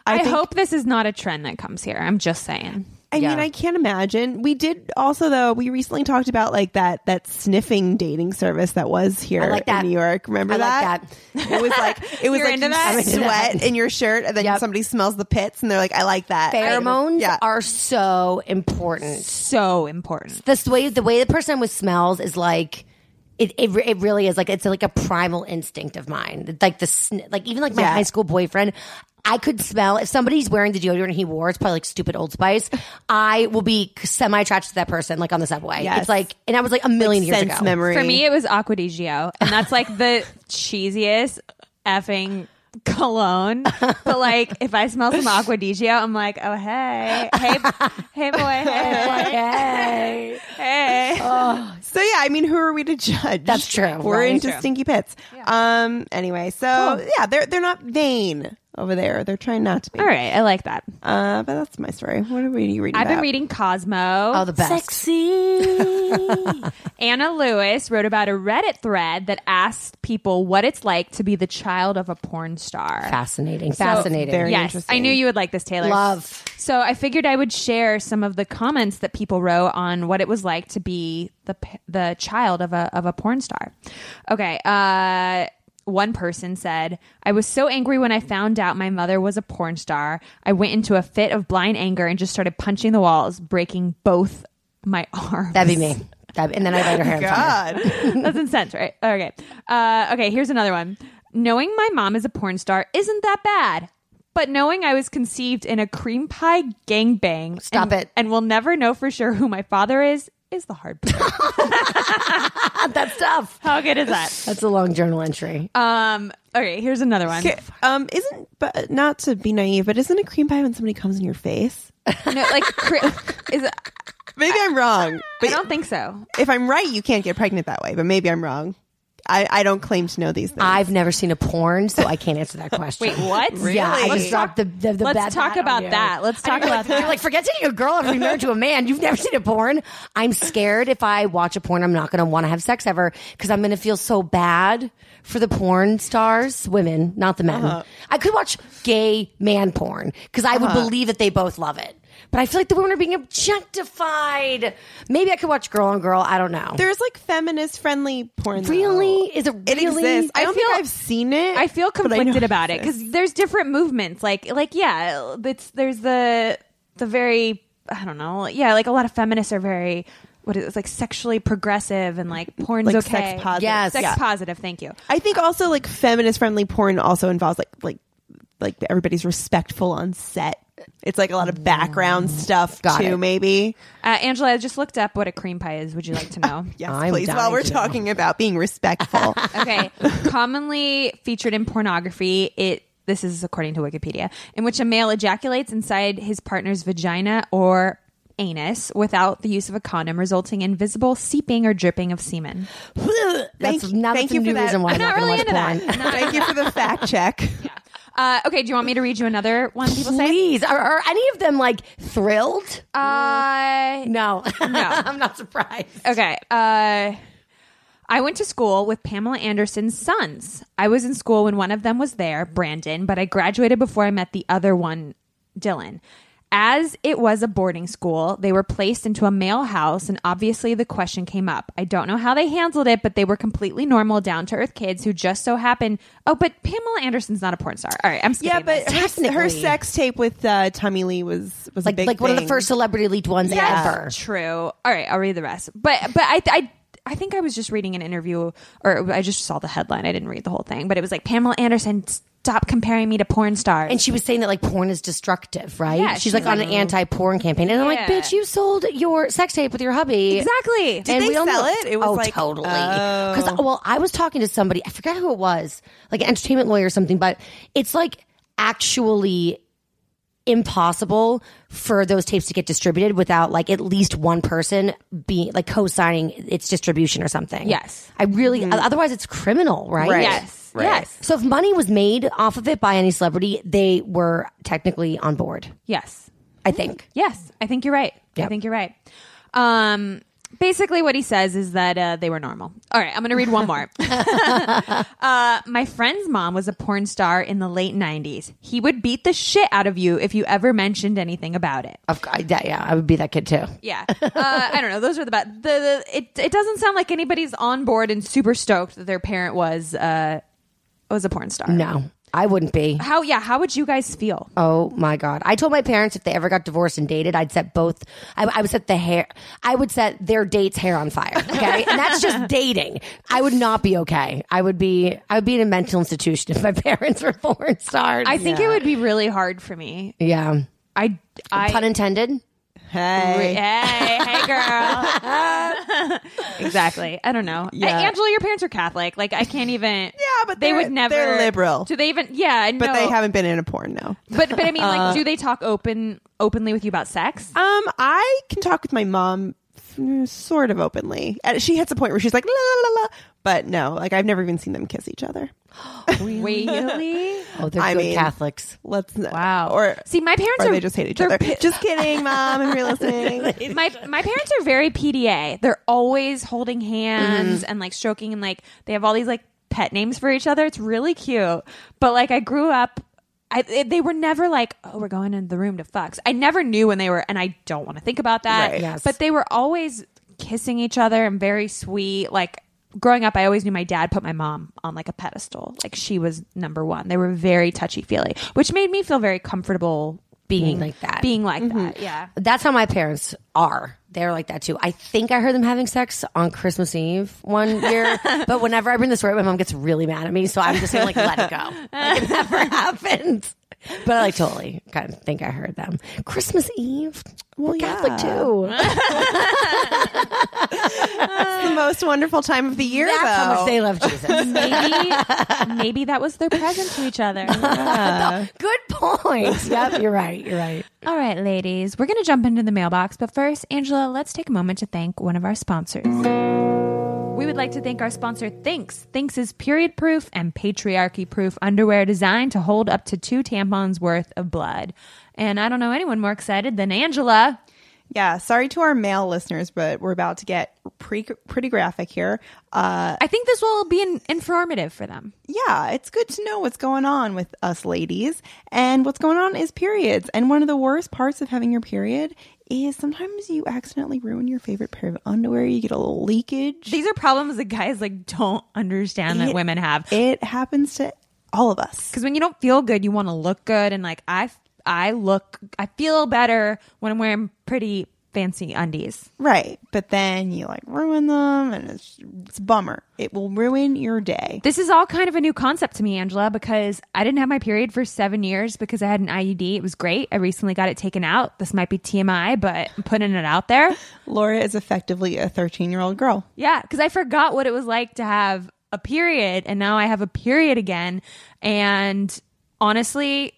[SPEAKER 2] i,
[SPEAKER 3] think-
[SPEAKER 2] hope this is not a trend that comes here i'm just saying
[SPEAKER 3] I
[SPEAKER 4] Yeah.
[SPEAKER 3] mean, I can't imagine. We did also though. We recently talked about like that that sniffing dating service that was here
[SPEAKER 4] I like that.
[SPEAKER 3] in New York. Remember
[SPEAKER 4] I
[SPEAKER 3] that? [LAUGHS]
[SPEAKER 4] like
[SPEAKER 3] It was like it was
[SPEAKER 2] You're
[SPEAKER 3] like
[SPEAKER 2] into
[SPEAKER 3] you
[SPEAKER 2] that? I'm
[SPEAKER 4] [LAUGHS] into
[SPEAKER 3] sweat
[SPEAKER 4] that.
[SPEAKER 3] in your shirt, and then
[SPEAKER 4] Yep.
[SPEAKER 3] somebody smells the pits, and they're like, "I like that."
[SPEAKER 4] Pheromones
[SPEAKER 3] yeah.
[SPEAKER 4] are so important.
[SPEAKER 2] so important
[SPEAKER 4] This way, the way the person with smells is like. It, it, re- it really is like it's like a primal instinct of mine like the sn- like even like my
[SPEAKER 3] Yeah.
[SPEAKER 4] high school boyfriend i could smell if somebody's wearing the deodorant he wore it's probably like stupid old spice i will be semi attracted to that person like on the subway
[SPEAKER 3] Yes.
[SPEAKER 4] it's like and i was like a million years
[SPEAKER 3] sense
[SPEAKER 4] ago
[SPEAKER 3] memory
[SPEAKER 2] for me it was aqua di gio and that's like the cheesiest effing cologne but like if i smell some aqua di gio i'm like oh hey hey hey boy hey
[SPEAKER 4] Yay.
[SPEAKER 2] hey
[SPEAKER 3] So yeah, I mean, who are we to judge?
[SPEAKER 4] That's true,
[SPEAKER 3] [LAUGHS] We're
[SPEAKER 4] right?
[SPEAKER 3] into
[SPEAKER 2] True.
[SPEAKER 3] stinky pits. Um. Anyway, so yeah, they're they're not vain over there. They're trying not to be.
[SPEAKER 2] all right i like that
[SPEAKER 3] Uh. But that's my story. What are we reading?
[SPEAKER 2] i've been
[SPEAKER 3] about?
[SPEAKER 2] reading cosmo
[SPEAKER 4] oh the best
[SPEAKER 2] Anna Lewis wrote about a Reddit thread that asked people what it's like to be the child of a porn star.
[SPEAKER 4] fascinating fascinating
[SPEAKER 3] very
[SPEAKER 2] yes,
[SPEAKER 3] interesting.
[SPEAKER 2] I knew you would like this, Taylor.
[SPEAKER 4] Love.
[SPEAKER 2] So I figured I would share some of the comments that people wrote on what it was like to be the p- the child of a of a porn star. Okay. Uh, one person said, I was so angry when I found out my mother was a porn star. I went into a fit of blind anger and just started punching the walls, breaking both my [LAUGHS] arms.
[SPEAKER 4] that'd be me That'd be, and then i light her hair on fire.
[SPEAKER 3] God.
[SPEAKER 2] That's intense, right? Okay. Uh, okay, here's another one. Knowing my mom is a porn star isn't that bad. But knowing I was conceived in a cream pie gangbang.
[SPEAKER 4] Stop
[SPEAKER 2] and-
[SPEAKER 4] it.
[SPEAKER 2] And will never know for sure who my father is, is the hard part.
[SPEAKER 4] that's tough
[SPEAKER 2] [LAUGHS] How good is that?
[SPEAKER 4] That's a long journal entry.
[SPEAKER 2] Um, okay, here's another one.
[SPEAKER 3] Okay, um, isn't but not to be naive, but isn't a cream pie when somebody comes in your face?
[SPEAKER 2] No, like, cre- is,
[SPEAKER 3] Maybe I'm wrong,
[SPEAKER 2] I
[SPEAKER 3] but
[SPEAKER 2] don't think so.
[SPEAKER 3] if I'm right, you can't get pregnant that way. But maybe I'm wrong. I, I don't claim to know these things.
[SPEAKER 4] I've never seen a porn, so I can't answer that question.
[SPEAKER 2] Wait, what?
[SPEAKER 4] Yeah, I
[SPEAKER 2] Let's
[SPEAKER 4] just dropped the, the, the
[SPEAKER 2] Let's
[SPEAKER 4] bad
[SPEAKER 2] talk
[SPEAKER 4] bat on
[SPEAKER 2] about
[SPEAKER 4] you.
[SPEAKER 2] that. Let's
[SPEAKER 4] I
[SPEAKER 2] talk
[SPEAKER 4] know,
[SPEAKER 2] about
[SPEAKER 4] like, you're Like, forget seeing a girl if you're married to a man. You've never seen a porn. I'm scared if I watch a porn, I'm not going to want to have sex ever because I'm going to feel so bad for the porn stars, women, not the men.
[SPEAKER 2] Uh-huh.
[SPEAKER 4] I could watch gay man porn because I would believe that they both love it. But I feel like the women are being objectified. Maybe I could watch girl on girl. I don't know.
[SPEAKER 3] There's like feminist friendly porn. though.
[SPEAKER 4] really? Is it
[SPEAKER 3] It
[SPEAKER 4] really?
[SPEAKER 3] exists. I
[SPEAKER 2] I
[SPEAKER 3] don't think
[SPEAKER 2] feel-
[SPEAKER 3] I've seen it.
[SPEAKER 2] I feel
[SPEAKER 3] but I know
[SPEAKER 2] conflicted about it
[SPEAKER 3] exists.
[SPEAKER 2] because there's different movements. Like, like yeah, it's there's the the very I don't know, yeah, like a lot of feminists are very what is it, like sexually progressive and like porn's
[SPEAKER 3] Like
[SPEAKER 2] okay,
[SPEAKER 3] sex positive.
[SPEAKER 4] Yes.
[SPEAKER 2] sex
[SPEAKER 4] Yeah.
[SPEAKER 2] positive. Thank you.
[SPEAKER 3] I think also like feminist friendly porn also involves like like like everybody's respectful on set. It's like a lot of background stuff
[SPEAKER 4] Mm. Got
[SPEAKER 3] too,
[SPEAKER 4] it.
[SPEAKER 3] maybe.
[SPEAKER 2] Uh, Angela, I just looked up what a cream pie is. Would you like to
[SPEAKER 3] [LAUGHS]
[SPEAKER 2] know?
[SPEAKER 3] Yes,
[SPEAKER 4] I'm
[SPEAKER 3] please. While
[SPEAKER 4] dying
[SPEAKER 3] we're
[SPEAKER 4] to know.
[SPEAKER 3] talking about being
[SPEAKER 4] [LAUGHS]
[SPEAKER 3] respectful.
[SPEAKER 2] Okay. Commonly featured in pornography, it this is according to Wikipedia, in which a male ejaculates inside his partner's vagina or anus without the use of a condom, resulting in visible seeping or dripping of semen.
[SPEAKER 4] That's
[SPEAKER 3] Thank-
[SPEAKER 4] not
[SPEAKER 3] thank
[SPEAKER 4] that's a
[SPEAKER 3] you for
[SPEAKER 4] new
[SPEAKER 3] that. [LAUGHS]
[SPEAKER 4] reason why I'm
[SPEAKER 2] I'm
[SPEAKER 4] not
[SPEAKER 2] not really
[SPEAKER 4] going to
[SPEAKER 2] into
[SPEAKER 4] watch porn. [LAUGHS]
[SPEAKER 2] that.
[SPEAKER 3] Thank you for the fact check.
[SPEAKER 2] Uh, okay, do you want me to read you another one? People say
[SPEAKER 4] Please, are, are any of them like thrilled?
[SPEAKER 2] uh,
[SPEAKER 4] No,
[SPEAKER 2] No.
[SPEAKER 4] [LAUGHS] I'm not surprised.
[SPEAKER 2] Okay. Uh, I went to school with Pamela Anderson's sons. I was in school when one of them was there, Brandon, but I graduated before I met the other one, Dylan. As it was a boarding school, they were placed into a male house, and obviously the question came up. I don't know how they handled it, but they were completely normal, down to earth kids who just so happened. Oh, but Pamela Anderson's not a porn star. All right, I'm skipping
[SPEAKER 3] Yeah, but
[SPEAKER 2] this.
[SPEAKER 3] her, her
[SPEAKER 4] Technically.
[SPEAKER 3] sex tape with uh, Tommy Lee was was a
[SPEAKER 4] like
[SPEAKER 3] big
[SPEAKER 4] like one of the
[SPEAKER 3] thing.
[SPEAKER 4] first celebrity leaked ones ever.
[SPEAKER 2] True. All right, I'll read the rest. But but I I I think I was just reading an interview or I just saw the headline. I didn't read the whole thing, but it was like Pamela Anderson stop comparing me to porn stars.
[SPEAKER 4] And she was saying that like porn is destructive, right?
[SPEAKER 2] Yeah,
[SPEAKER 4] she's,
[SPEAKER 2] she's mm-hmm.
[SPEAKER 4] like, on an anti-porn campaign, and I'm like,
[SPEAKER 2] Yeah.
[SPEAKER 4] bitch, you sold your sex tape with your hubby,
[SPEAKER 2] Exactly. Did
[SPEAKER 3] they
[SPEAKER 4] all
[SPEAKER 3] sell
[SPEAKER 4] know-
[SPEAKER 3] it? It was
[SPEAKER 4] oh,
[SPEAKER 3] like- uh, oh.
[SPEAKER 4] totally. Because well, I was talking to somebody, I forgot who it was, like an entertainment lawyer or something, but it's like actually impossible for those tapes to get distributed without like at least one person being like co-signing its distribution or something.
[SPEAKER 2] Yes.
[SPEAKER 4] I really otherwise it's criminal, right?
[SPEAKER 3] Mm-hmm. Right.
[SPEAKER 2] yes.
[SPEAKER 3] Right.
[SPEAKER 2] Yes.
[SPEAKER 4] So if money was made off of it by any celebrity, they were technically on board.
[SPEAKER 2] Yes.
[SPEAKER 4] I think.
[SPEAKER 2] Yes, I think you're right. I
[SPEAKER 4] Yep.
[SPEAKER 2] think you're right. Um, basically, what he says is that uh, they were normal. All right, I'm going to read one
[SPEAKER 4] [LAUGHS]
[SPEAKER 2] more. [LAUGHS] uh, my friend's mom was a porn star in the late 90s. He would beat the shit out of you if you ever mentioned anything about it.
[SPEAKER 4] Of, I, yeah, yeah, I would be that kid too.
[SPEAKER 2] Yeah, uh, I don't know. Those are the best. The, the it it doesn't sound like anybody's on board and super stoked that their parent was uh was a porn star.
[SPEAKER 4] No, I wouldn't be.
[SPEAKER 2] How yeah? How would you guys feel?
[SPEAKER 4] Oh my god! I told my parents if they ever got divorced and dated, I'd set both. I, I would set the hair. I would set their date's hair on fire. Okay, and
[SPEAKER 2] [LAUGHS]
[SPEAKER 4] that's just dating. I would not be okay. I would be. I would be in a mental institution [LAUGHS] if my parents were porn stars.
[SPEAKER 2] I think it would be really hard for me.
[SPEAKER 4] yeah.
[SPEAKER 2] I I
[SPEAKER 4] Pun intended.
[SPEAKER 3] Hey.
[SPEAKER 2] Hey, hey, girl.
[SPEAKER 3] [LAUGHS]
[SPEAKER 2] exactly. I don't know.
[SPEAKER 3] Yeah.
[SPEAKER 2] A- Angela, your parents are Catholic. Like, I can't even.
[SPEAKER 3] [LAUGHS] Yeah, but
[SPEAKER 2] they
[SPEAKER 3] they're-
[SPEAKER 2] would never.
[SPEAKER 3] they're liberal.
[SPEAKER 2] Do they even? Yeah, I
[SPEAKER 3] But
[SPEAKER 2] know.
[SPEAKER 3] they Uh, haven't been in a porn no.
[SPEAKER 2] But but I mean,
[SPEAKER 3] [LAUGHS]
[SPEAKER 2] like, do they talk open openly with you about sex?
[SPEAKER 3] Um, I can talk with my mom mm, sort of openly. And She hits a point where she's like la la la la, but no, like I've never even seen them kiss each other. [LAUGHS]
[SPEAKER 2] Really?
[SPEAKER 4] Oh, they're
[SPEAKER 3] I
[SPEAKER 4] good
[SPEAKER 3] mean-
[SPEAKER 4] Catholics.
[SPEAKER 3] Let's know.
[SPEAKER 2] Wow.
[SPEAKER 3] Or
[SPEAKER 2] see, my parents
[SPEAKER 3] or
[SPEAKER 2] are
[SPEAKER 3] they just hate each
[SPEAKER 2] they're
[SPEAKER 3] other.
[SPEAKER 2] pi-
[SPEAKER 3] just kidding, mom, if you're
[SPEAKER 4] [LAUGHS]
[SPEAKER 3] listening.
[SPEAKER 2] my my parents are very PDA. They're always holding hands and like stroking and like they have all these like pet names for each other. It's really cute. But like I grew up I, it- they were never like, oh, we're going into the room to fucks. I never knew when they were, and I don't want to think about that.
[SPEAKER 3] Right.
[SPEAKER 4] Yes.
[SPEAKER 2] But they were always kissing each other and very sweet. Like growing up, I always knew my dad put my mom on like a pedestal. Like she was number one. They were very touchy feely, which made me feel very comfortable being
[SPEAKER 4] like that.
[SPEAKER 2] Being like that. Yeah.
[SPEAKER 4] That's how my parents are. They're like that too. I think I heard them having sex on Christmas Eve one
[SPEAKER 2] [LAUGHS]
[SPEAKER 4] year, but whenever I bring the story, up, my mom gets really mad at me. So I'm just gonna like let it go. Like
[SPEAKER 2] [LAUGHS]
[SPEAKER 4] it never happened. But I like totally kind of think I heard them. Christmas Eve, we're Catholic too.
[SPEAKER 3] It's the most wonderful time of the year
[SPEAKER 4] That's how much
[SPEAKER 3] though.
[SPEAKER 4] they
[SPEAKER 2] [LAUGHS]
[SPEAKER 4] love Jesus.
[SPEAKER 2] maybe [LAUGHS] maybe that was their present to each other.
[SPEAKER 4] Good point. Yep, you're right.
[SPEAKER 2] [LAUGHS]
[SPEAKER 4] You're right.
[SPEAKER 2] [LAUGHS] All right, ladies, we're going to jump into the mailbox, but first, Angela, let's take a moment to thank one of our sponsors. We would like to thank our sponsor, Thinks. Thinks is period proof and patriarchy proof underwear designed to hold up to two tampons worth of blood. And I don't know anyone more excited than Angela.
[SPEAKER 3] Yeah, sorry to our male listeners, but we're about to get pre- pretty graphic here. Uh,
[SPEAKER 2] I think this will be in- informative for them.
[SPEAKER 3] yeah, it's good to know what's going on with us ladies. And what's going on is periods. And one of the worst parts of having your period is sometimes you accidentally ruin your favorite pair of underwear. You get a little leakage.
[SPEAKER 2] These are problems that guys like don't understand that
[SPEAKER 3] It-
[SPEAKER 2] women have.
[SPEAKER 3] It happens to all of us.
[SPEAKER 2] because when you don't feel good, you want to look good, and like I, I look, I feel better when I'm wearing pretty fancy undies.
[SPEAKER 3] Right. But then you like ruin them and it's, it's a bummer. It will ruin your day.
[SPEAKER 2] This is all kind of a new concept to me, Angela, because I didn't have my period for seven years because I had an IUD. It was great. I recently got it taken out. This might be TMI, but I'm putting it out there.
[SPEAKER 3] Laura is effectively a 13 year old girl.
[SPEAKER 2] Yeah, because I forgot what it was like to have a period, and now I have a period again. And honestly,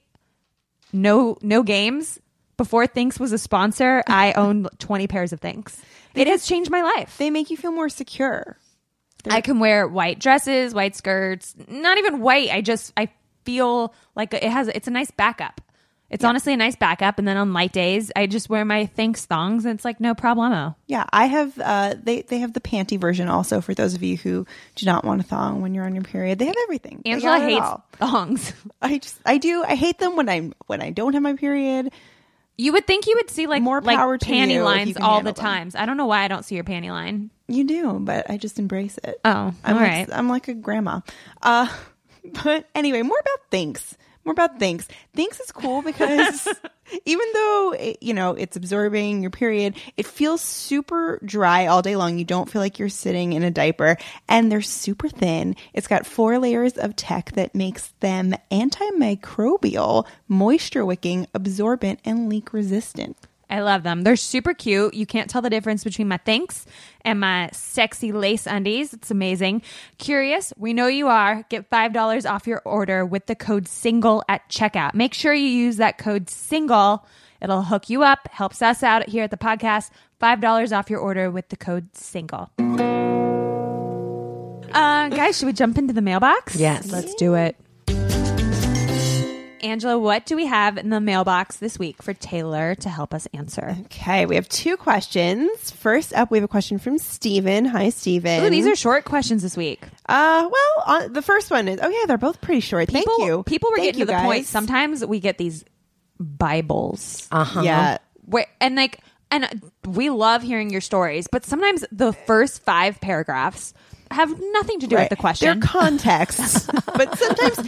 [SPEAKER 2] no, no games. Before Thinks was a sponsor, I [LAUGHS] owned twenty pairs of Thinks. It has changed my life.
[SPEAKER 3] They make you feel more secure.
[SPEAKER 2] I can wear white dresses, white skirts, not even white. I just I feel like it has. It's a nice backup. It's honestly a nice backup. And then on light days, I just wear my Thinks thongs, and it's like no problemo.
[SPEAKER 3] Yeah, I have. Uh, they they have the panty version also for those of you who do not want a thong when you're on your period. They have everything. They
[SPEAKER 2] Angela
[SPEAKER 3] got it
[SPEAKER 2] hates
[SPEAKER 3] all.
[SPEAKER 2] thongs. [LAUGHS]
[SPEAKER 3] I just I do. I hate them when I am when I don't have my period.
[SPEAKER 2] You would think you would see like
[SPEAKER 3] More
[SPEAKER 2] like
[SPEAKER 3] power to you
[SPEAKER 2] panty
[SPEAKER 3] if you
[SPEAKER 2] lines
[SPEAKER 3] can
[SPEAKER 2] all the
[SPEAKER 3] handle them.
[SPEAKER 2] times. I don't know why I don't see your panty line.
[SPEAKER 3] You do, but I just embrace it.
[SPEAKER 2] Oh,
[SPEAKER 3] I'm
[SPEAKER 2] all
[SPEAKER 3] like,
[SPEAKER 2] right.
[SPEAKER 3] I'm like a grandma. Uh, [LAUGHS] but anyway, more about thinks. More about thinks. Thinks is cool because even though it, you know it's absorbing your period, it feels super dry all day long. You don't feel like you're sitting in a diaper, and they're super thin. It's got four layers of tech that makes them antimicrobial, moisture wicking, absorbent, and leak resistant.
[SPEAKER 2] I love them. They're super cute. You can't tell the difference between my thinks and my sexy lace undies. It's amazing. Curious, we know you are. Get $5 off your order with the code SINGLE at checkout. Make sure you use that code SINGLE. It'll hook you up, helps us out here at the podcast. $5 off your order with the code SINGLE. Uh, guys, should we jump into the mailbox?
[SPEAKER 4] Yes.
[SPEAKER 2] Let's do it. Angela, what do we have in the mailbox this week for Taylor to help us answer?
[SPEAKER 3] Okay, we have two questions. First up, we have a question from Steven. Hi, Steven.
[SPEAKER 2] Ooh, these are short questions this week.
[SPEAKER 3] Uh, well, uh, the first one is oh yeah, they're both pretty short.
[SPEAKER 2] people,
[SPEAKER 3] Thank you.
[SPEAKER 2] People were
[SPEAKER 3] Thank
[SPEAKER 2] getting
[SPEAKER 3] you,
[SPEAKER 2] to the point.
[SPEAKER 3] guys.
[SPEAKER 2] Sometimes we get these Bibles,
[SPEAKER 3] Yeah,
[SPEAKER 2] where, and like, and we love hearing your stories, but sometimes the first five paragraphs have nothing to do with the question. [LAUGHS]
[SPEAKER 3] They're contexts, but sometimes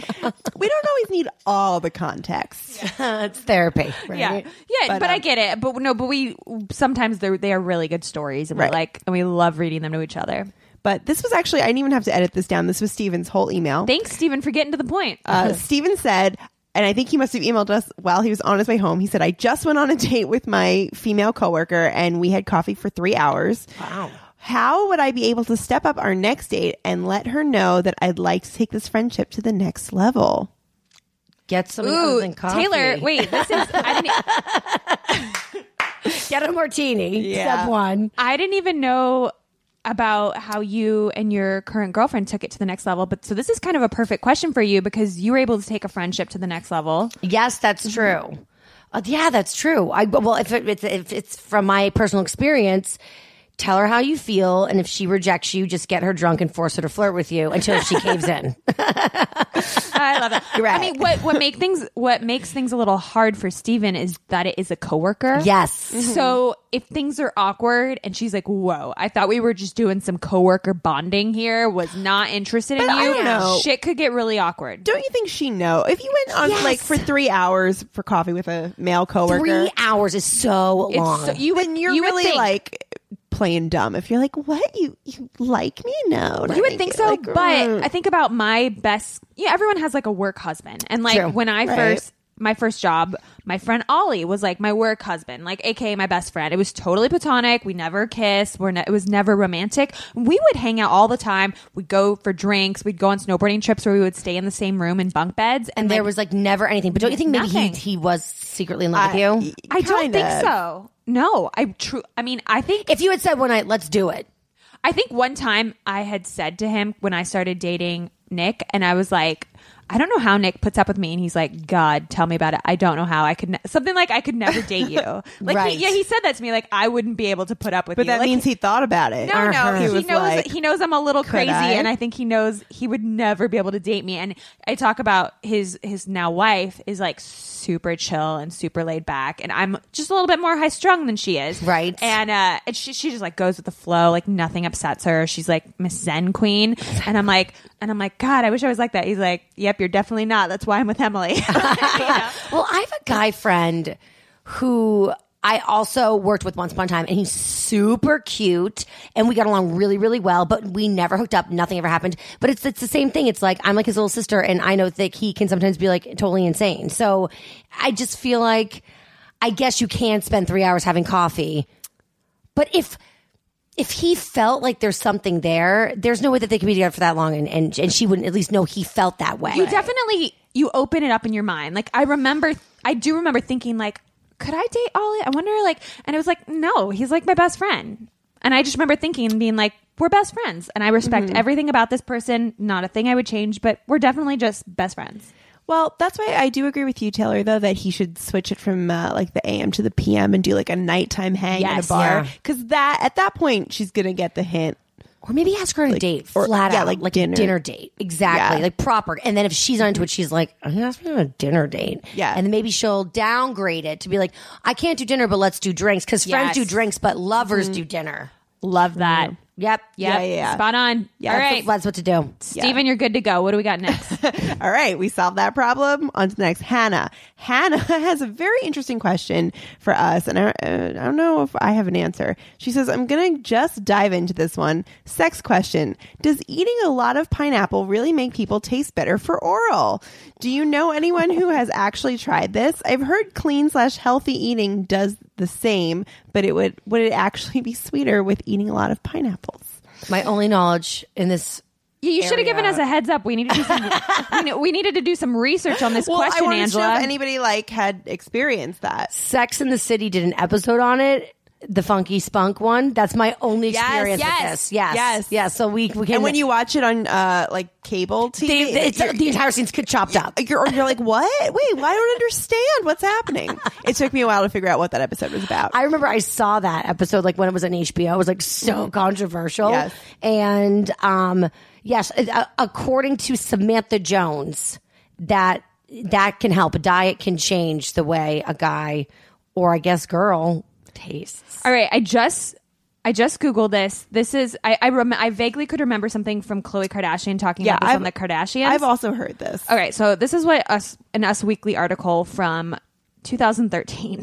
[SPEAKER 3] we don't always need all the context.
[SPEAKER 4] it's therapy. Right?
[SPEAKER 2] yeah, yeah, but,
[SPEAKER 3] um,
[SPEAKER 2] I get it. But no, but we sometimes they they are really good stories, and
[SPEAKER 3] Right.
[SPEAKER 2] we like and we love reading them to each other.
[SPEAKER 3] But this was actually I didn't even have to edit this down. This was Steven's whole email.
[SPEAKER 2] Thanks, Stephen, for getting to the point.
[SPEAKER 3] Uh, Steven said, and I think he must have emailed us while he was on his way home. He said, I just went on a date with my female coworker and we had coffee for three hours. Wow. How would I be able to step up our next date and let her know that I'd like to take this friendship to the next level?
[SPEAKER 4] Get some
[SPEAKER 2] Ooh,
[SPEAKER 4] other than coffee.
[SPEAKER 2] Oh, Taylor, wait, this is I
[SPEAKER 3] [LAUGHS]
[SPEAKER 2] didn't,
[SPEAKER 4] Get a [LAUGHS] martini.
[SPEAKER 3] Yeah.
[SPEAKER 4] Step one.
[SPEAKER 2] I didn't even know about how you and your current girlfriend took it to the next level. But so this is kind of a perfect question for you because you were able to take a friendship to the next level.
[SPEAKER 4] Yes, that's
[SPEAKER 2] Mm-hmm.
[SPEAKER 4] true. Uh, yeah, that's true. I well, if, it, it's if it's from my personal experience, tell her how you feel, and if she rejects you, just get her drunk and force her to flirt with you until
[SPEAKER 2] [LAUGHS]
[SPEAKER 4] she caves in.
[SPEAKER 2] [LAUGHS] I love it. I
[SPEAKER 4] right.
[SPEAKER 2] mean, what what make things what makes things a little hard for Steven is that it is a coworker. Mm-hmm.
[SPEAKER 4] Yes.
[SPEAKER 2] So if things are awkward and she's like, "Whoa, I thought we were just doing some coworker bonding here. Was not interested in
[SPEAKER 3] But I
[SPEAKER 2] you."
[SPEAKER 3] don't know.
[SPEAKER 2] Shit could get really awkward.
[SPEAKER 3] Don't you think she know if you went on
[SPEAKER 4] Yes.
[SPEAKER 3] like for three hours for coffee with a male coworker?
[SPEAKER 4] Three hours is so
[SPEAKER 2] It's
[SPEAKER 4] long.
[SPEAKER 2] so- you would
[SPEAKER 3] then you're
[SPEAKER 2] you would
[SPEAKER 3] really
[SPEAKER 2] think-
[SPEAKER 3] like playing dumb. If you're like, what you you like me? mm. No,
[SPEAKER 2] You would think so, but I think about my best. Yeah, everyone has like a work husband, and like
[SPEAKER 4] True.
[SPEAKER 2] when I
[SPEAKER 3] Right.
[SPEAKER 2] first my first job, my friend Ollie was like my work husband, like aka my best friend. It was totally platonic. We never kissed. We're ne- it was never romantic. We would hang out all the time. We'd go for drinks. We'd go on snowboarding trips where we would stay in the same room in bunk beds.
[SPEAKER 4] and there was like never anything. But don't you think maybe he,
[SPEAKER 2] Nothing.
[SPEAKER 4] he was secretly in
[SPEAKER 3] Uh,
[SPEAKER 4] love with you?
[SPEAKER 2] I don't think so. No, I true. I mean, I think
[SPEAKER 4] If you had said one night, let's do it.
[SPEAKER 2] I think one time I had said to him when I started dating Nick, and I was like, I don't know how Nick puts up with me, and he's like, God, tell me about it. I don't know how I could ne- something like I could never date
[SPEAKER 3] [LAUGHS]
[SPEAKER 2] you. Like,
[SPEAKER 4] Right.
[SPEAKER 2] he, yeah, he said that to me, like I wouldn't be able to put up with
[SPEAKER 3] But
[SPEAKER 2] you.
[SPEAKER 3] that
[SPEAKER 2] like,
[SPEAKER 3] means he thought about it.
[SPEAKER 2] no, no,
[SPEAKER 3] He
[SPEAKER 2] he,
[SPEAKER 3] was
[SPEAKER 2] knows
[SPEAKER 3] like,
[SPEAKER 2] he knows I'm a little crazy,
[SPEAKER 3] I?
[SPEAKER 2] and I think he knows he would never be able to date me. And I talk about his his now wife is like super chill and super laid back, and I'm just a little bit more high strung than she is,
[SPEAKER 4] Right.
[SPEAKER 2] And uh, and she she just like goes with the flow, like nothing upsets her. She's like Miss Zen Queen, and I'm like, and I'm like, God, I wish I was like that. He's like, Yep, you're definitely not. That's why I'm with Emily. [LAUGHS] You know?
[SPEAKER 4] Well, I have a guy friend who I also worked with once upon a time, and he's super cute, and we got along really, really well. But we never hooked up; nothing ever happened. But it's it's the same thing. It's like I'm like his little sister, and I know that he can sometimes be like totally insane. So I just feel like I guess you can spend three hours having coffee, but if if he felt like there's something there, there's no way that they could be together for that long, and and, and she wouldn't at least know he felt that way.
[SPEAKER 2] you definitely you open it up in your mind like i remember i do remember thinking like could i date ollie i wonder like and it was like no he's like my best friend and i just remember thinking and being like we're best friends and i respect
[SPEAKER 3] Mm-hmm.
[SPEAKER 2] everything about this person not a thing i would change but we're definitely just best friends
[SPEAKER 3] Well, that's why I do agree with you, Taylor, though, that he should switch it from uh, like the AM to the PM and do like a nighttime hang at
[SPEAKER 2] Yes.
[SPEAKER 3] a bar.
[SPEAKER 4] Yeah.
[SPEAKER 3] Because that at that point, she's going to get the hint.
[SPEAKER 4] Or maybe ask her on a date, flat
[SPEAKER 3] yeah,
[SPEAKER 4] out,
[SPEAKER 3] like
[SPEAKER 4] like
[SPEAKER 3] dinner.
[SPEAKER 4] a dinner date, exactly,
[SPEAKER 3] Yeah.
[SPEAKER 4] like proper. And then if she's not into it, she's like, "Oh, "I'm gonna ask me on a dinner date."
[SPEAKER 3] Yeah.
[SPEAKER 4] and then maybe she'll downgrade it to be like, "I can't do dinner, but let's do drinks," because
[SPEAKER 2] Yes.
[SPEAKER 4] friends do drinks, but lovers do dinner.
[SPEAKER 2] Love that.
[SPEAKER 4] Yep,
[SPEAKER 2] Yep.
[SPEAKER 3] Mm-hmm. Yeah, yeah, yeah.
[SPEAKER 2] Spot on. All
[SPEAKER 4] That's
[SPEAKER 2] right.
[SPEAKER 4] what- that's what to do.
[SPEAKER 2] Steven, you're good to go. What do we got
[SPEAKER 3] [LAUGHS]
[SPEAKER 2] next?
[SPEAKER 3] All right, we solved that problem. On to the next, Hannah. Hannah [LAUGHS] has a very interesting question for us, and I, uh, I don't know if I have an answer. She says, I'm going to just dive into this one. Sex question Does eating a lot of pineapple really make people taste better for oral? Do you know anyone who [LAUGHS] has actually tried this? I've heard clean slash healthy eating does the same, but it would would it actually be sweeter with eating a lot of pineapples?
[SPEAKER 4] My only knowledge in this
[SPEAKER 2] Yeah, you should have given us a heads up. We needed to do some, we,
[SPEAKER 3] [LAUGHS]
[SPEAKER 2] ne- we needed to do some research on this
[SPEAKER 3] I
[SPEAKER 2] question,
[SPEAKER 3] wanted to know
[SPEAKER 2] Angela.
[SPEAKER 3] if anybody like had experienced that.
[SPEAKER 4] Sex in the City did an episode on it. The funky spunk one. That's my only
[SPEAKER 2] Yes,
[SPEAKER 4] experience with
[SPEAKER 2] yes,
[SPEAKER 4] this. Yes,
[SPEAKER 3] yes.
[SPEAKER 4] yes. So we we can.
[SPEAKER 3] And when you watch it on uh like cable TV,
[SPEAKER 4] they, they- it's,
[SPEAKER 3] you're,
[SPEAKER 4] the entire scene's chopped up.
[SPEAKER 3] you're, or you're like, what? Wait, well, I don't understand what's [LAUGHS] happening. it took me a while to figure out what that episode was about.
[SPEAKER 4] I remember I saw that episode like when it was on HBO. It was like
[SPEAKER 2] Mm-hmm.
[SPEAKER 4] so controversial.
[SPEAKER 3] Yes.
[SPEAKER 4] And um, yes, uh, according to Samantha Jones, that that can help. A diet can change the way a guy or I guess girl tastes.
[SPEAKER 2] All right, I just I just googled this. This is I I, rem- I vaguely could remember something from Khloe Kardashian talking
[SPEAKER 3] Yeah,
[SPEAKER 2] about this
[SPEAKER 3] I've-
[SPEAKER 2] on the Kardashians.
[SPEAKER 3] I've also heard this.
[SPEAKER 2] All right, so this is what us an Us Weekly article from 2013.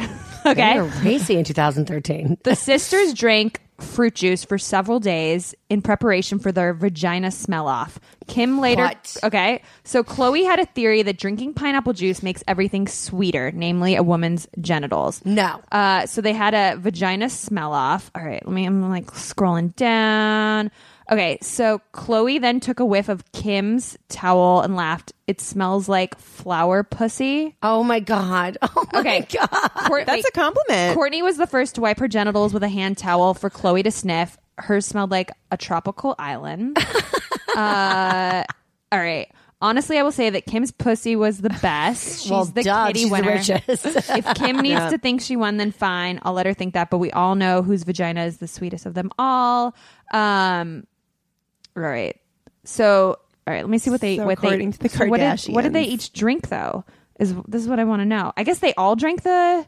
[SPEAKER 2] [LAUGHS]
[SPEAKER 4] They
[SPEAKER 2] okay,
[SPEAKER 4] were racy in 2013.
[SPEAKER 2] the sisters drank fruit juice for several days in preparation for their vagina smell off. Kim later
[SPEAKER 4] What?
[SPEAKER 2] Okay. So Chloe had a theory that drinking pineapple juice makes everything sweeter, namely a woman's genitals.
[SPEAKER 4] No.
[SPEAKER 2] Uh, so they had a vagina smell off. All right, let me. I'm like scrolling down. Okay, so Chloe then took a whiff of Kim's towel and laughed. It smells like flower pussy.
[SPEAKER 4] Oh my god. Oh my
[SPEAKER 2] Okay,
[SPEAKER 4] god.
[SPEAKER 2] Court-
[SPEAKER 3] That's
[SPEAKER 2] wait.
[SPEAKER 3] a compliment.
[SPEAKER 2] Courtney was the first to wipe her genitals with a hand towel for Chloe to sniff. Hers smelled like a tropical
[SPEAKER 4] [LAUGHS]
[SPEAKER 2] island. uh, all right. Honestly, I will say that Kim's pussy was the best. She's
[SPEAKER 4] Well,
[SPEAKER 2] the
[SPEAKER 4] duh,
[SPEAKER 2] kitty
[SPEAKER 4] she's the
[SPEAKER 2] winner.
[SPEAKER 4] richest.
[SPEAKER 2] if Kim needs to think she won, then fine. I'll let her think that. But we all know whose vagina is the sweetest of them all. Um, all right. So, all right. Let me see what they
[SPEAKER 3] So
[SPEAKER 2] what they
[SPEAKER 3] according to the
[SPEAKER 2] so what did, what did they
[SPEAKER 3] Kardashians.
[SPEAKER 2] each drink though? Is this is what I want to know? I guess they all drank the.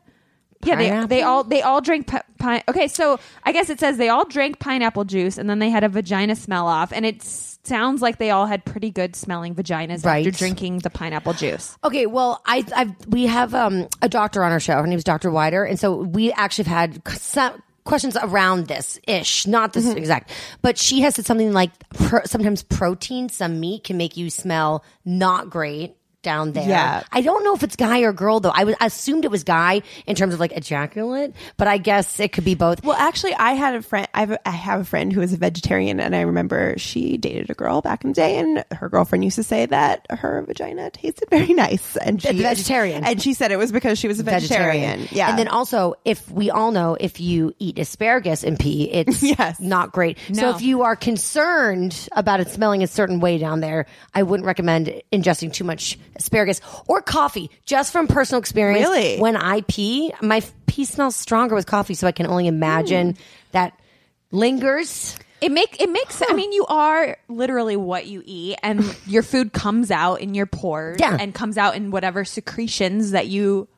[SPEAKER 2] Yeah, they, they
[SPEAKER 4] Pineapple?
[SPEAKER 2] all they all drank pi- pine. Okay, so I guess it says they all drank pineapple juice, and then they had a vagina smell off, and it s- sounds like they all had pretty good smelling vaginas after
[SPEAKER 4] Right.
[SPEAKER 2] drinking the pineapple juice.
[SPEAKER 4] Okay, well, I I've, we have um, a doctor on our show. Her name's Dr. Wider, and so we actually have had some questions around this ish, not this exact, but she has said something like pro- sometimes protein, some meat can make you smell not great down there.
[SPEAKER 3] Yeah.
[SPEAKER 4] I don't know if it's guy or girl though. I was I assumed it was guy in terms of like ejaculate, but I guess it could be both.
[SPEAKER 3] Well, actually, I had a friend. I have a, I have a friend who is a vegetarian, and I remember she dated a girl back in the day, and her girlfriend used to say that her vagina tasted very nice, and she
[SPEAKER 4] The vegetarian.
[SPEAKER 3] and she said it was because she was a vegetarian. Yeah,
[SPEAKER 4] And then also, if we all know, if you eat asparagus and pee, it's
[SPEAKER 3] Yes.
[SPEAKER 4] not great. So
[SPEAKER 2] No.
[SPEAKER 4] if you are concerned about it smelling a certain way down there, I wouldn't recommend ingesting too much asparagus or coffee. Just from personal experience,
[SPEAKER 3] Really?
[SPEAKER 4] when I pee, my f- pee smells stronger with coffee. So I can only imagine that lingers.
[SPEAKER 2] It make it makes. I mean, you are literally what you eat,
[SPEAKER 4] [SIGHS]
[SPEAKER 2] and your food comes out in your pores
[SPEAKER 4] Yeah.
[SPEAKER 2] and comes out in whatever secretions that you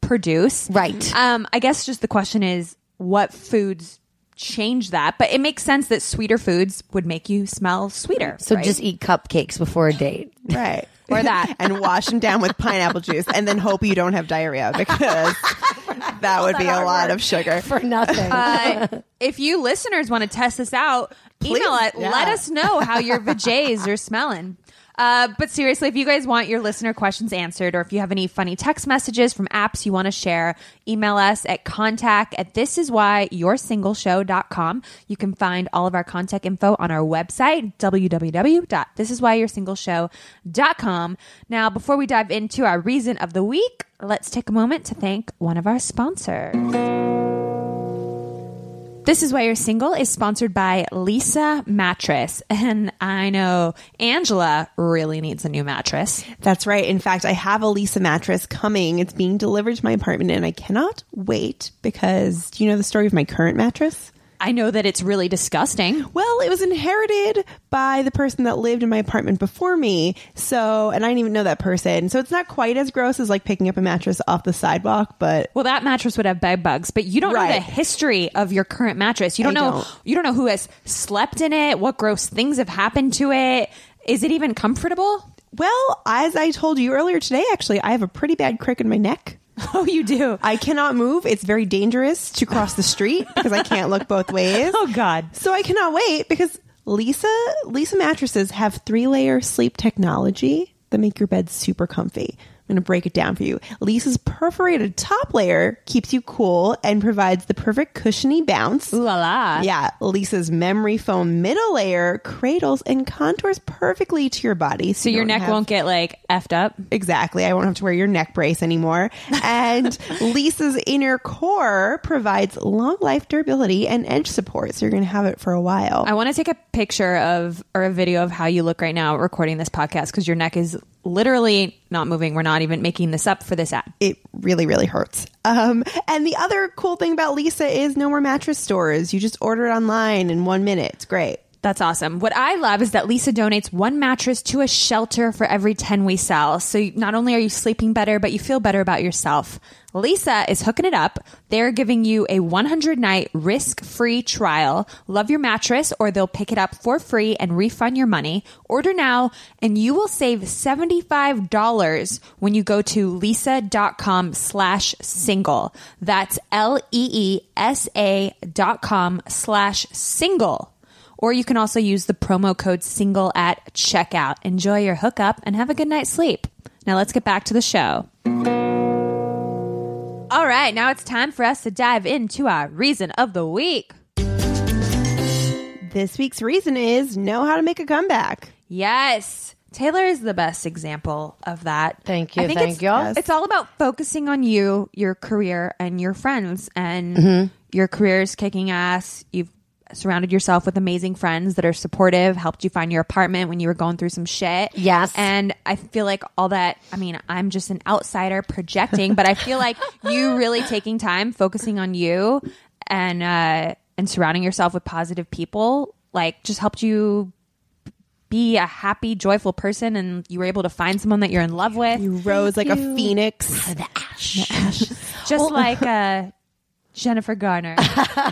[SPEAKER 2] produce.
[SPEAKER 4] Right.
[SPEAKER 2] Um. I guess just the question is what foods change that, but it makes sense that sweeter foods would make you smell sweeter.
[SPEAKER 4] So
[SPEAKER 2] right?
[SPEAKER 4] just eat cupcakes before a date.
[SPEAKER 3] right [LAUGHS]
[SPEAKER 2] Or that.
[SPEAKER 3] and wash them down with pineapple juice, and then hope you don't have diarrhea [LAUGHS] because that would be a lot of sugar.
[SPEAKER 4] For nothing.
[SPEAKER 2] Uh, if you listeners want to test this out, email it.
[SPEAKER 3] yeah.
[SPEAKER 2] Let us know how your vajays are smelling. Uh, but seriously, if you guys want your listener questions answered or if you have any funny text messages from apps you want to share, email us at contact at thisiswhyyoursingleshow.com. You can find all of our contact info on our website, www.thisiswhyyoursingleshow.com. Now, before we dive into our reason of the week, let's take a moment to thank one of our sponsors. This is Why You're Single is sponsored by Lisa Mattress. And I know Angela really needs a new mattress.
[SPEAKER 3] That's right. In fact, I have a Lisa mattress coming. It's being delivered to my apartment, and I cannot wait because do you know the story of my current mattress?
[SPEAKER 2] I know that it's really disgusting.
[SPEAKER 3] Well, it was inherited by the person that lived in my apartment before me. So, and I didn't even know that person. So it's not quite as gross as like picking up a mattress off the sidewalk, but
[SPEAKER 2] Well, that mattress would have bed bugs, but you don't know the
[SPEAKER 3] Right.
[SPEAKER 2] history of your current mattress. You don't
[SPEAKER 3] I
[SPEAKER 2] know
[SPEAKER 3] don't.
[SPEAKER 2] you don't know who has slept in it, what gross things have happened to it. Is it even comfortable?
[SPEAKER 3] well, as I told you earlier today, actually, I have a pretty bad crick in my [LAUGHS] neck.
[SPEAKER 2] Oh, you do.
[SPEAKER 3] I cannot move. It's very dangerous to cross the
[SPEAKER 2] [LAUGHS]
[SPEAKER 3] street because I can't look both ways.
[SPEAKER 2] Oh, God.
[SPEAKER 3] So I cannot wait because Lisa Lisa mattresses have three layer sleep technology that make your bed super comfy. I'm going to break it down for you. Lisa's perforated top layer keeps you cool and provides the perfect cushiony bounce.
[SPEAKER 2] Ooh la la.
[SPEAKER 3] Yeah, Lisa's memory foam middle layer cradles and contours perfectly to your body.
[SPEAKER 2] So your neck won't
[SPEAKER 3] get.
[SPEAKER 2] get like effed up.
[SPEAKER 3] Exactly. I won't have to wear your neck brace anymore. And
[SPEAKER 4] [LAUGHS]
[SPEAKER 3] Lisa's inner core provides long life durability and edge support. So you're going to have it for a while.
[SPEAKER 4] Oh.
[SPEAKER 2] I want to take a picture of or a video of how you look right now recording this podcast because your neck is literally not moving. We're not even making this up for this ad.
[SPEAKER 3] it really, really hurts. Um, and the other cool thing about Lisa is no more mattress stores. You just order it online in one minute. It's great.
[SPEAKER 2] That's awesome. What I love is that Lisa donates one mattress to a shelter for every 10 we sell. So you- not only are you sleeping better, but you feel better about yourself. Lisa is hooking it up. They're giving you a 100 night risk free trial. Love your mattress or they'll pick it up for free and refund your money. Order now and you will save $75 when you go to lisa.com slash single. That's L E E S A dot com slash single. Or you can also use the promo code SINGLE at checkout. Enjoy your hookup and have a good night's sleep. Now let's get back to the show. All right, now it's time for us to dive into our reason of the week.
[SPEAKER 3] This week's reason is know how to make a comeback.
[SPEAKER 2] Yes. Taylor is the best example of that.
[SPEAKER 4] Thank you,
[SPEAKER 2] I think
[SPEAKER 4] thank
[SPEAKER 2] it's,
[SPEAKER 4] you. Yes.
[SPEAKER 2] It's all about focusing on you, your career, and your friends. And
[SPEAKER 4] Mm-hmm.
[SPEAKER 2] your career is kicking ass. You've surrounded yourself with amazing friends that are supportive, helped you find your apartment when you were going through some shit.
[SPEAKER 4] Yes.
[SPEAKER 2] And I feel like all that, I mean, I'm just an outsider projecting, but I feel
[SPEAKER 4] [LAUGHS]
[SPEAKER 2] like you really taking time, focusing on you and, uh, and surrounding yourself with positive people, like just helped you be a happy, joyful person, and you were able to find someone that you're in love with.
[SPEAKER 3] You rose like a
[SPEAKER 4] [LAUGHS]
[SPEAKER 3] phoenix
[SPEAKER 4] The ash.
[SPEAKER 2] just like uh, Jennifer Garner.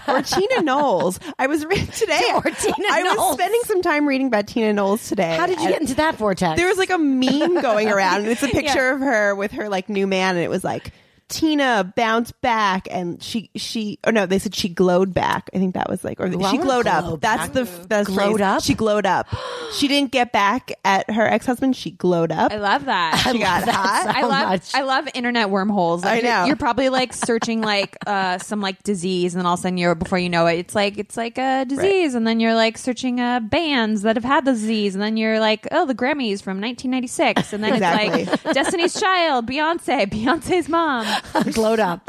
[SPEAKER 3] or Tina Knowles. I was
[SPEAKER 4] [LAUGHS]
[SPEAKER 3] reading today.
[SPEAKER 4] Or Tina
[SPEAKER 3] I
[SPEAKER 4] Knowles.
[SPEAKER 3] was spending some time reading about Tina Knowles today.
[SPEAKER 4] How did you
[SPEAKER 3] And-
[SPEAKER 4] get into that vortex?
[SPEAKER 3] There was like a meme going around, and it's a picture of her with her like new man, and it was like Tina bounced back, and she she oh no, they said she glowed back. I think that was like or
[SPEAKER 4] I
[SPEAKER 3] she
[SPEAKER 4] wanna
[SPEAKER 3] glowed up.
[SPEAKER 4] glow
[SPEAKER 3] That's
[SPEAKER 4] back.
[SPEAKER 3] the f- that's the
[SPEAKER 4] Glowed
[SPEAKER 3] phrase.
[SPEAKER 4] up?
[SPEAKER 3] She glowed up. She didn't get back at her ex husband. She glowed up.
[SPEAKER 2] I love that.
[SPEAKER 3] she got hot.
[SPEAKER 2] I
[SPEAKER 4] so
[SPEAKER 2] love
[SPEAKER 4] much.
[SPEAKER 2] I love internet wormholes. Like,
[SPEAKER 3] I
[SPEAKER 2] you're-
[SPEAKER 3] know.
[SPEAKER 2] You're, probably like searching like uh, some like disease, and then all of a sudden you're before you know it, it's like it's like a disease, and then you're like searching uh, bands that have had the disease, and then you're like oh the Grammys from 1996, and then it's
[SPEAKER 3] Exactly.
[SPEAKER 2] like [LAUGHS] Destiny's Child, Beyonce, [LAUGHS] Beyonce's mom.
[SPEAKER 4] glowed up.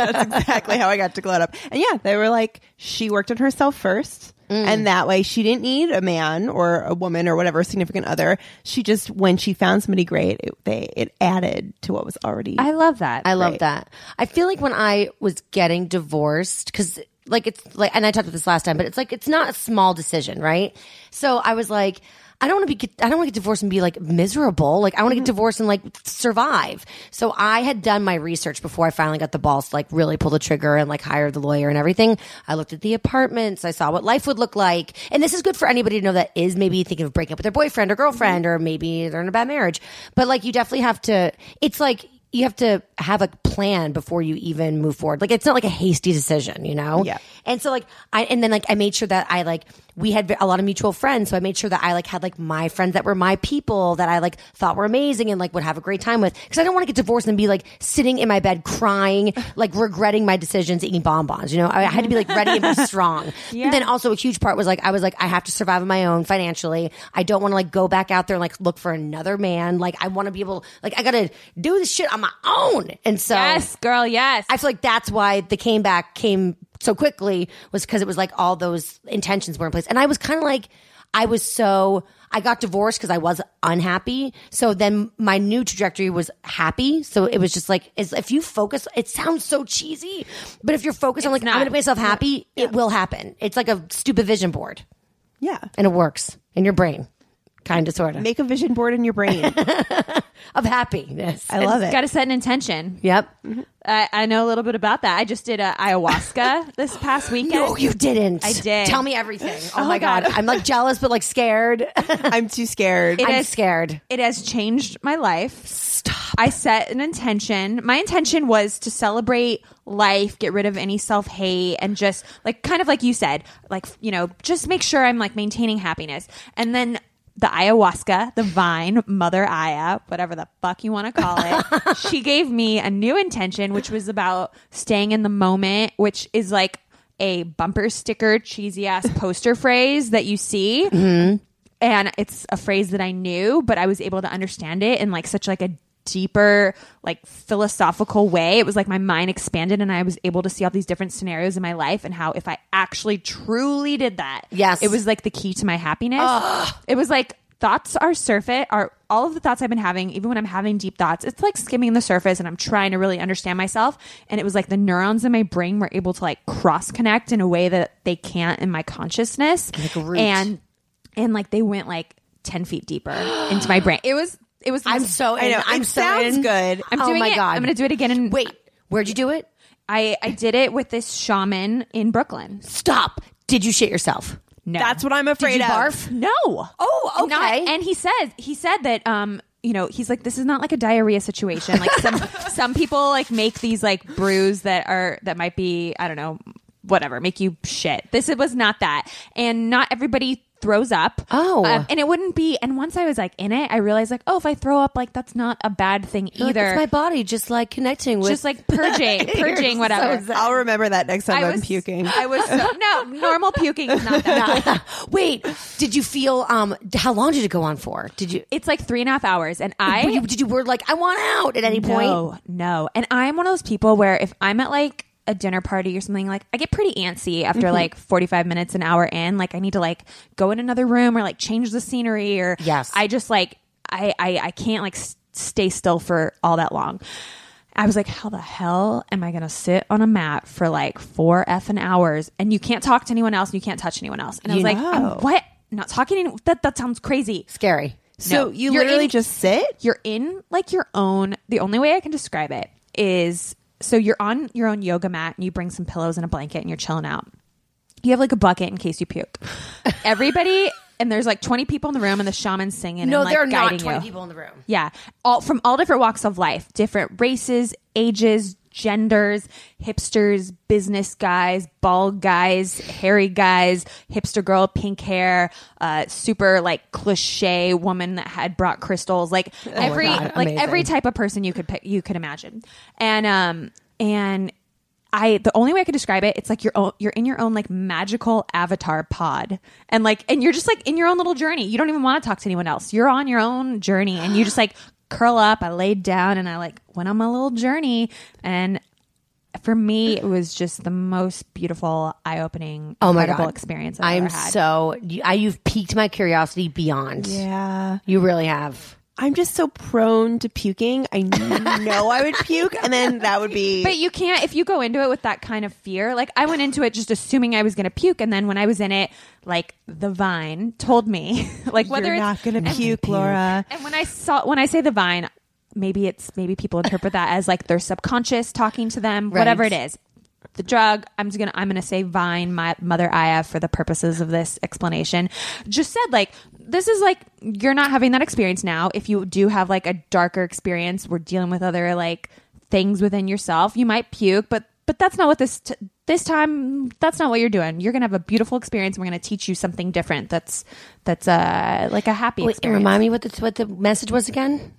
[SPEAKER 3] exactly how I got to glowed up. And yeah, they were like, she worked on herself first. And that way she didn't need a man or a woman or whatever significant other. She just, when she found somebody great, it, they, it added to what was already.
[SPEAKER 2] I love that.
[SPEAKER 4] I love that. I feel like when I was getting divorced, because like it's like, and I talked about this last time, but it's like it's not a small decision, right? So I was like, I don't want to be, I don't want to get divorced and be like miserable. Like I want to get divorced and like survive. So I had done my research before I finally got the balls to like really pull the trigger and like hire the lawyer and everything. I looked at the apartments. I saw what life would look like. And this is good for anybody to know that is maybe thinking of breaking up with their boyfriend or girlfriend, or maybe they're in a bad marriage. But like you definitely have to, it's like, you have to have a plan before you even move forward. Like it's not like a hasty decision, you know?
[SPEAKER 3] Yeah.
[SPEAKER 4] And so like I and then like I made sure that I like we had a lot of mutual friends, so I made sure that I like had like my friends that were my people that I like thought were amazing and like would have a great time with because I don't want to get divorced and be like sitting in my bed crying, like regretting my decisions, eating bonbons. You know, I, I had to be like ready and be strong. And then also a huge part was like I was like I have to survive on my own financially. I don't want to like go back out there and like look for another man. Like I want to be able like I got to do this shit on my own. And so
[SPEAKER 2] Yes, girl. Yes.
[SPEAKER 4] I feel like that's why the came back came so quickly was because it was like all those intentions were in place. And I was kind of like, I was so I got divorced because I was unhappy. So then my new trajectory was happy. So it was just like it's, if you focus, it sounds so cheesy, but if you're focused on like
[SPEAKER 2] not.
[SPEAKER 4] I'm going to make myself happy, it will happen. It's like a stupid vision board,
[SPEAKER 3] Yeah.
[SPEAKER 4] and it works in your brain, kind of sort of
[SPEAKER 3] Make a vision board in your brain.
[SPEAKER 4] of happiness.
[SPEAKER 2] [LAUGHS]
[SPEAKER 3] I love it.
[SPEAKER 2] Got to set an intention.
[SPEAKER 4] yep.
[SPEAKER 2] I, I know a little bit about that. I just did a ayahuasca this past weekend.
[SPEAKER 4] No, you didn't. I
[SPEAKER 2] did.
[SPEAKER 4] Tell me everything. [LAUGHS] Oh, my god. I'm like jealous, but like scared.
[SPEAKER 3] I'm too scared.
[SPEAKER 2] It
[SPEAKER 4] I'm
[SPEAKER 2] is-
[SPEAKER 4] scared.
[SPEAKER 2] It has changed my life. Stop. I set an intention. My intention was to celebrate life, get rid of any self hate, and just like kind of like you said, like, you know, just make sure I'm like maintaining happiness. And then the ayahuasca, the vine, Mother Aya, whatever the fuck you want to call it, she gave me a new intention, which was about staying in the moment, which is like a bumper sticker, cheesy ass poster phrase that you see and it's a phrase that I knew, but I was able to understand it in like such like a deeper like philosophical way. It was like my mind expanded and I was able to see all these different scenarios in my life and how if I actually truly did that,
[SPEAKER 4] Yes.
[SPEAKER 2] it was like the key to my happiness. It was like thoughts are surface are all of the thoughts I've been having, even when I'm having deep thoughts, it's like skimming the surface and I'm trying to really understand myself. And it was like the neurons in my brain were able to like cross connect in a way that they can't in my consciousness.
[SPEAKER 4] Like a root.
[SPEAKER 2] And and like they went like 10 feet deeper [GASPS] into my brain it was it was
[SPEAKER 4] I'm so. In.
[SPEAKER 3] I know.
[SPEAKER 4] I'm
[SPEAKER 3] It
[SPEAKER 4] so
[SPEAKER 3] sounds
[SPEAKER 4] in.
[SPEAKER 3] good.
[SPEAKER 2] i'm
[SPEAKER 4] oh
[SPEAKER 2] doing
[SPEAKER 4] my
[SPEAKER 2] it.
[SPEAKER 4] god.
[SPEAKER 2] i'm gonna do it again and
[SPEAKER 4] Wait. Where'd you do it?
[SPEAKER 2] i i did it with this shaman in brooklyn
[SPEAKER 4] Stop. Did you shit yourself?
[SPEAKER 2] no
[SPEAKER 3] That's what I'm afraid
[SPEAKER 4] Did you
[SPEAKER 3] of.
[SPEAKER 4] barf?
[SPEAKER 2] no
[SPEAKER 4] Oh,
[SPEAKER 2] And not-
[SPEAKER 4] okay.
[SPEAKER 2] and he says he said that um you know he's like this is not like a diarrhea situation like
[SPEAKER 3] [LAUGHS]
[SPEAKER 2] some some people like make these like brews that are that might be i don't know whatever make you shit this it was not that and not everybody throws up
[SPEAKER 4] Oh.
[SPEAKER 2] Um, and it wouldn't be and once i was like in it i realized like oh if i throw up like that's not a bad thing
[SPEAKER 4] Like,
[SPEAKER 2] either
[SPEAKER 4] it's my body just like connecting with.
[SPEAKER 2] just like
[SPEAKER 3] [LAUGHS]
[SPEAKER 2] purging, purging, whatever.
[SPEAKER 3] I'll remember that next time
[SPEAKER 2] I
[SPEAKER 3] I'm
[SPEAKER 2] was
[SPEAKER 3] puking.
[SPEAKER 2] I was so, no normal puking is not that.
[SPEAKER 3] [LAUGHS]
[SPEAKER 4] Wait. Did you feel? Um. How long did it go on for? Did you?
[SPEAKER 2] It's like three and a half hours, and I
[SPEAKER 4] were you did you word like I want out at any point?
[SPEAKER 2] No, no. And I'm one of those people where if I'm at like a dinner party or something, like I get pretty antsy after
[SPEAKER 3] Mm-hmm.
[SPEAKER 2] like 45 minutes, an hour in. Like I need to like go in another room or like change the scenery or
[SPEAKER 4] Yes.
[SPEAKER 2] I just like I I, I can't like s- stay still for all that long. I was like, how the hell am I gonna sit on a mat for like four effing hours and you can't talk to anyone else and you can't touch anyone else? And I was like, I'm-
[SPEAKER 3] know.
[SPEAKER 2] what? Not talking? to any- That that sounds crazy.
[SPEAKER 4] Scary.
[SPEAKER 3] so
[SPEAKER 2] No.
[SPEAKER 3] you
[SPEAKER 2] You're
[SPEAKER 3] literally
[SPEAKER 2] in-
[SPEAKER 3] just sit?
[SPEAKER 2] you're in like your own the only way i can describe it is so you're on your own yoga mat and you bring some pillows and a blanket and you're chilling out you have like a bucket in case you
[SPEAKER 4] [LAUGHS]
[SPEAKER 2] puke everybody and there's like 20 people in the room and the shaman's singing
[SPEAKER 4] No,
[SPEAKER 2] and, like,
[SPEAKER 4] there are not
[SPEAKER 2] guiding
[SPEAKER 4] twenty
[SPEAKER 2] you.
[SPEAKER 4] people in the room.
[SPEAKER 2] yeah all from all different walks of life different races ages genders hipsters business guys bald guys hairy guys hipster girl pink hair uh, super like cliche woman that had brought crystals like every
[SPEAKER 4] God,
[SPEAKER 2] like
[SPEAKER 4] amazing.
[SPEAKER 2] every type of person you could pick, you could imagine and um and I the only way I could describe it it's like your own you're in your own like magical avatar pod and like and you're just like in your own little journey you don't even want to talk to anyone else you're on your own journey and you just
[SPEAKER 4] [GASPS]
[SPEAKER 2] like curl up I laid down and I like went on my little journey and for me it was just the most beautiful eye opening
[SPEAKER 4] Oh my
[SPEAKER 2] incredible
[SPEAKER 4] God.
[SPEAKER 2] experience I've
[SPEAKER 4] I'm
[SPEAKER 2] ever had.
[SPEAKER 4] so you, I, you've piqued my curiosity beyond.
[SPEAKER 3] Yeah.
[SPEAKER 4] You really have.
[SPEAKER 3] I'm just so prone to puking. I know I would puke, and then that would be.
[SPEAKER 2] But you can't if you go into it with that kind of fear. Like I went into it just assuming I was going to puke, and then when I was in it, like the vine told me, [LAUGHS] like whether
[SPEAKER 3] You're
[SPEAKER 2] it's
[SPEAKER 3] not going to puke, Laura.
[SPEAKER 2] and when I saw when I say the vine, maybe it's maybe people interpret that as like their subconscious talking to them, whatever it
[SPEAKER 4] Right.
[SPEAKER 2] is. The drug, I'm just gonna I'm gonna say vine, my mother Aya for the purposes of this explanation. Just said like this is like you're not having that experience now. If you do have like a darker experience, we're dealing with other like things within yourself. You might puke, but but that's not what this t- this time. That's not what you're doing. You're gonna have a beautiful experience. And we're gonna teach you something different. That's that's uh like a happy
[SPEAKER 4] Wait,
[SPEAKER 2] experience.
[SPEAKER 4] remind me what the what the message was again?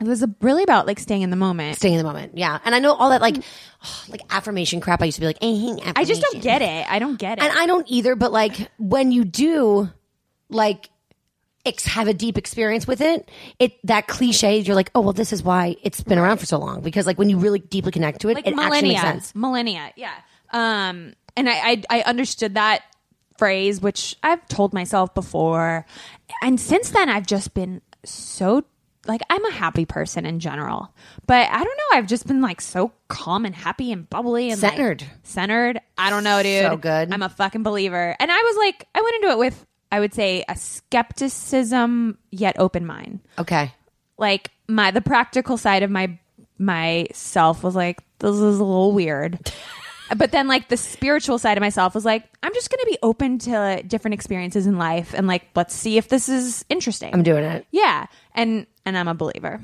[SPEAKER 2] It was a- really about like staying in the moment.
[SPEAKER 4] Staying in the moment. Yeah, and I know all that like [SIGHS] like affirmation crap. I used to be like, eh,
[SPEAKER 2] I just don't get it. I don't get it.
[SPEAKER 4] and I don't either. But like when you do, like ex- have a deep experience with it, it that cliche. You're like, oh well, this is why it's been around for so long because like when you really deeply connect to it,
[SPEAKER 2] like
[SPEAKER 4] it actually
[SPEAKER 2] millennia,
[SPEAKER 4] makes sense.
[SPEAKER 2] millennia, yeah. Um, and I, I I understood that phrase, which I've told myself before. And since then, I've just been so like, I'm a happy person in general, but I don't know. I've just been like so calm and happy and bubbly and like,
[SPEAKER 4] Centered.
[SPEAKER 2] centered. I don't know, dude.
[SPEAKER 4] So good.
[SPEAKER 2] I'm a fucking believer. And I was like, I went into it with, I would say, a skepticism yet open mind
[SPEAKER 4] Okay.
[SPEAKER 2] like my the practical side of my myself was like this is a little
[SPEAKER 4] [LAUGHS]
[SPEAKER 2] weird but then like the spiritual side of myself was like i'm just gonna be open to different experiences in life and like let's see if this is interesting
[SPEAKER 4] I'm doing it.
[SPEAKER 2] yeah and and i'm a believer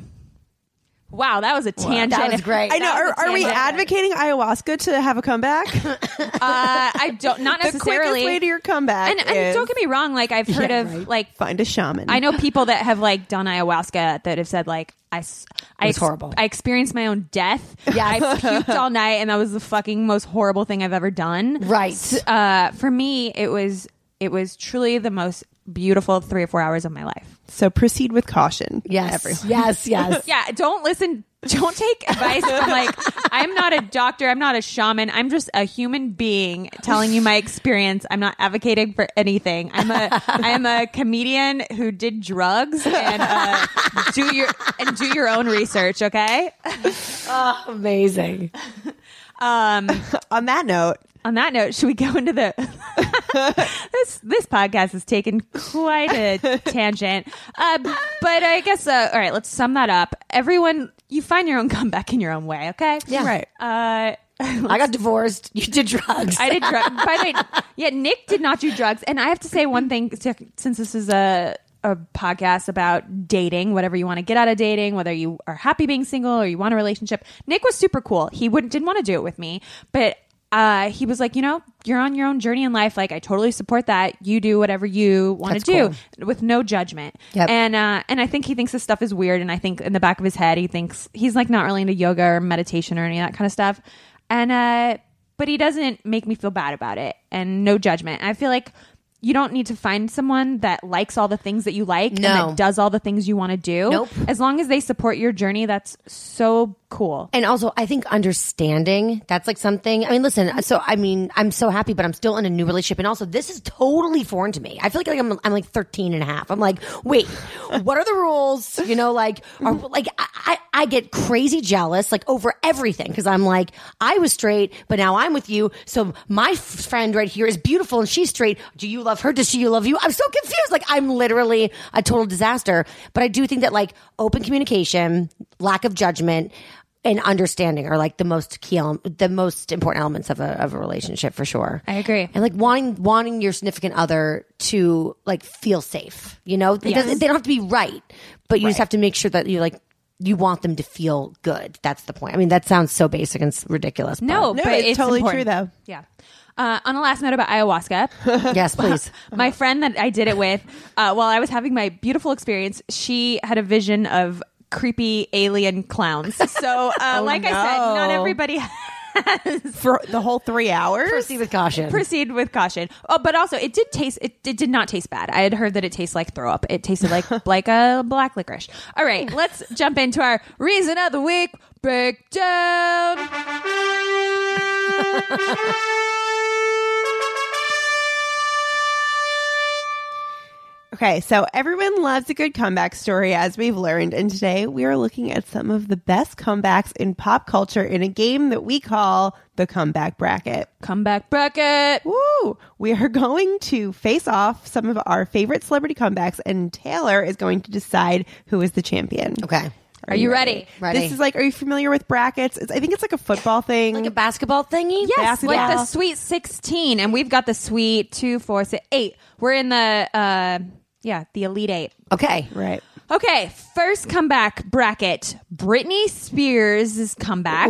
[SPEAKER 2] wow that was a tangent
[SPEAKER 4] That was great.
[SPEAKER 2] uh,
[SPEAKER 3] I know.
[SPEAKER 4] That
[SPEAKER 3] Are,
[SPEAKER 4] was a
[SPEAKER 3] are we
[SPEAKER 4] tangent.
[SPEAKER 3] advocating ayahuasca to have
[SPEAKER 2] [LAUGHS]
[SPEAKER 3] a comeback?
[SPEAKER 2] Uh, i don't not
[SPEAKER 3] [LAUGHS] the quickest
[SPEAKER 2] necessarily
[SPEAKER 3] way to your comeback.
[SPEAKER 2] and, and
[SPEAKER 3] is
[SPEAKER 2] don't get me wrong like i've heard of like
[SPEAKER 3] find a shaman.
[SPEAKER 2] I know people that have like done ayahuasca that have said like I s- I
[SPEAKER 4] was horrible.
[SPEAKER 2] I experienced my own death. Yeah, I puked all night, and that was the fucking most horrible thing I've ever done.
[SPEAKER 4] Right.
[SPEAKER 2] S- Uh, for me, it was it was truly the most beautiful three or four hours of my life.
[SPEAKER 3] So proceed with caution.
[SPEAKER 4] Yes.
[SPEAKER 3] Everyone.
[SPEAKER 1] [LAUGHS]
[SPEAKER 4] Yes. Yes.
[SPEAKER 2] Yeah, don't listen. Don't take advice from like I'm not a doctor. I'm not a shaman. I'm just a human being telling you my experience. I'm not advocating for anything. I'm a I'm a comedian who did drugs and uh, do your and do your own research. Okay.
[SPEAKER 4] Amazing.
[SPEAKER 2] Um,
[SPEAKER 3] On that note,
[SPEAKER 2] On that note, should we go into the [LAUGHS] this this podcast has taken quite a tangent. Uh, but I guess uh, all right. Let's sum that up. Everyone, you find your own comeback in your own way. Okay.
[SPEAKER 4] Yeah.
[SPEAKER 3] right.
[SPEAKER 2] Uh,
[SPEAKER 4] I got divorced. You did [LAUGHS] drugs.
[SPEAKER 2] I did drugs. By the way, yeah, Nick did not do drugs. And I have to say one thing si- since this is a a podcast about dating, whatever you want to get out of dating, whether you are happy being single or you want a relationship. Nick was super cool. He wouldn't didn't want to do it with me, but uh, he was like, you know, you're on your own journey in life. Like, I totally support that. You do whatever you want to
[SPEAKER 4] That's
[SPEAKER 2] do
[SPEAKER 4] cool.
[SPEAKER 2] with no judgment.
[SPEAKER 4] Yep.
[SPEAKER 2] And uh, and I think he thinks this stuff is weird. And I think in the back of his head, he thinks he's like not really into yoga or meditation or any of that kind of stuff. And uh, but he doesn't make me feel bad about it, and no judgment. I feel like you don't need to find someone that likes all the things that you like
[SPEAKER 4] No.
[SPEAKER 2] and that does all the things you want to do.
[SPEAKER 4] Nope.
[SPEAKER 2] As long as they support your journey, that's so cool.
[SPEAKER 4] and also, I think understanding that's like something. I mean, listen. So, I mean, I'm so happy, but I'm still in a new relationship. And also, this is totally foreign to me. I feel like, like I'm, I'm like 13 and a half. I'm like, wait, what are the rules? You know, like, are, like I, I, I get crazy jealous, like over everything, because I'm like, I was straight, but now I'm with you. So my f- friend right here is beautiful, and she's straight. Do you love her? Does she love you? I'm so confused. Like, I'm literally a total disaster. But I do think that like open communication, lack of judgment and understanding are like the most key el- the most important elements of a of a relationship for sure.
[SPEAKER 2] I agree.
[SPEAKER 4] And like wanting wanting your significant other to like feel safe, you know? It doesn't- They don't have to be right, but you just have to make sure that you like you want them to feel good. That's the point. I mean, that sounds so basic and s- ridiculous. but-
[SPEAKER 2] No,
[SPEAKER 3] No,
[SPEAKER 2] but
[SPEAKER 3] it's
[SPEAKER 2] it's,
[SPEAKER 3] totally
[SPEAKER 2] important.
[SPEAKER 3] true, though.
[SPEAKER 2] Yeah. Uh, on a last note about ayahuasca,
[SPEAKER 4] [LAUGHS] yes, please.
[SPEAKER 2] my friend that I did it with, uh, while I was having my beautiful experience, she had a vision of creepy alien clowns. So, uh, like I said,
[SPEAKER 3] no.
[SPEAKER 2] not everybody [LAUGHS]
[SPEAKER 3] for the whole three hours.
[SPEAKER 4] Proceed with caution.
[SPEAKER 2] proceed with caution. Oh, but also it did taste it, it did not taste bad. I had heard that it tastes like throw up. It tasted like like a black licorice. All right, let's jump into our reason of the week breakdown.
[SPEAKER 3] Okay, so everyone loves a good comeback story, as we've learned, and today we are looking at some of the best comebacks in pop culture in a game that we call the comeback bracket.
[SPEAKER 2] Comeback bracket.
[SPEAKER 3] Woo! We are [LAUGHS] going to face off some of our favorite celebrity comebacks, and Taylor is going to decide who is the champion.
[SPEAKER 4] okay.
[SPEAKER 2] Are you ready?
[SPEAKER 4] Ready.
[SPEAKER 3] This is like, are you familiar with brackets? It's, I think it's like a football thing.
[SPEAKER 4] Like a basketball thingy?
[SPEAKER 2] Yes,
[SPEAKER 3] Basketball.
[SPEAKER 2] like the sweet sixteen, and we've got the sweet two, four, six, eight. We're in the uh, yeah, the elite eight.
[SPEAKER 4] Okay.
[SPEAKER 3] right.
[SPEAKER 2] Okay, first comeback bracket: Britney Spears' comeback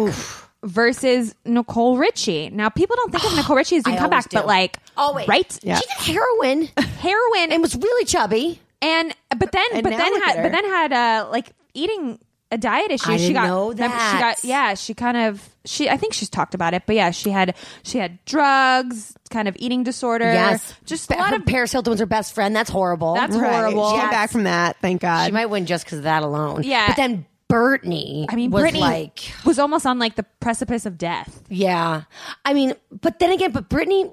[SPEAKER 2] versus Nicole Richie. Now, people don't
[SPEAKER 4] [GASPS]
[SPEAKER 2] think of Nicole Richie as doing
[SPEAKER 4] I always
[SPEAKER 2] comeback,
[SPEAKER 4] do.
[SPEAKER 2] but like,
[SPEAKER 4] Always.
[SPEAKER 2] right?
[SPEAKER 3] Yeah.
[SPEAKER 4] She did heroin
[SPEAKER 2] Heroin
[SPEAKER 4] and
[SPEAKER 2] and
[SPEAKER 4] was really chubby.
[SPEAKER 2] and but then
[SPEAKER 3] And
[SPEAKER 2] but
[SPEAKER 3] now
[SPEAKER 2] then
[SPEAKER 3] look
[SPEAKER 2] had
[SPEAKER 3] at
[SPEAKER 2] but
[SPEAKER 3] her.
[SPEAKER 2] then had uh like eating a diet issue.
[SPEAKER 4] I
[SPEAKER 2] she
[SPEAKER 4] didn't
[SPEAKER 2] got
[SPEAKER 4] know
[SPEAKER 2] remember,
[SPEAKER 4] that.
[SPEAKER 2] she got yeah. She kind of she I think she's talked about it, but yeah, she had she had drugs, kind of eating disorder.
[SPEAKER 4] Yes.
[SPEAKER 2] just
[SPEAKER 4] Ba-
[SPEAKER 2] a lot
[SPEAKER 4] her-
[SPEAKER 2] of
[SPEAKER 4] Paris Hilton was her best friend. That's horrible.
[SPEAKER 2] That's
[SPEAKER 3] Right.
[SPEAKER 2] horrible.
[SPEAKER 3] She
[SPEAKER 2] Yes.
[SPEAKER 3] came back from that, thank God.
[SPEAKER 4] She might win just because of that alone.
[SPEAKER 2] Yeah.
[SPEAKER 4] But then Brittany,
[SPEAKER 2] I mean,
[SPEAKER 4] was
[SPEAKER 2] Brittany
[SPEAKER 4] like,
[SPEAKER 2] was almost on like the precipice of death.
[SPEAKER 4] yeah. I mean, but then again, but Brittany,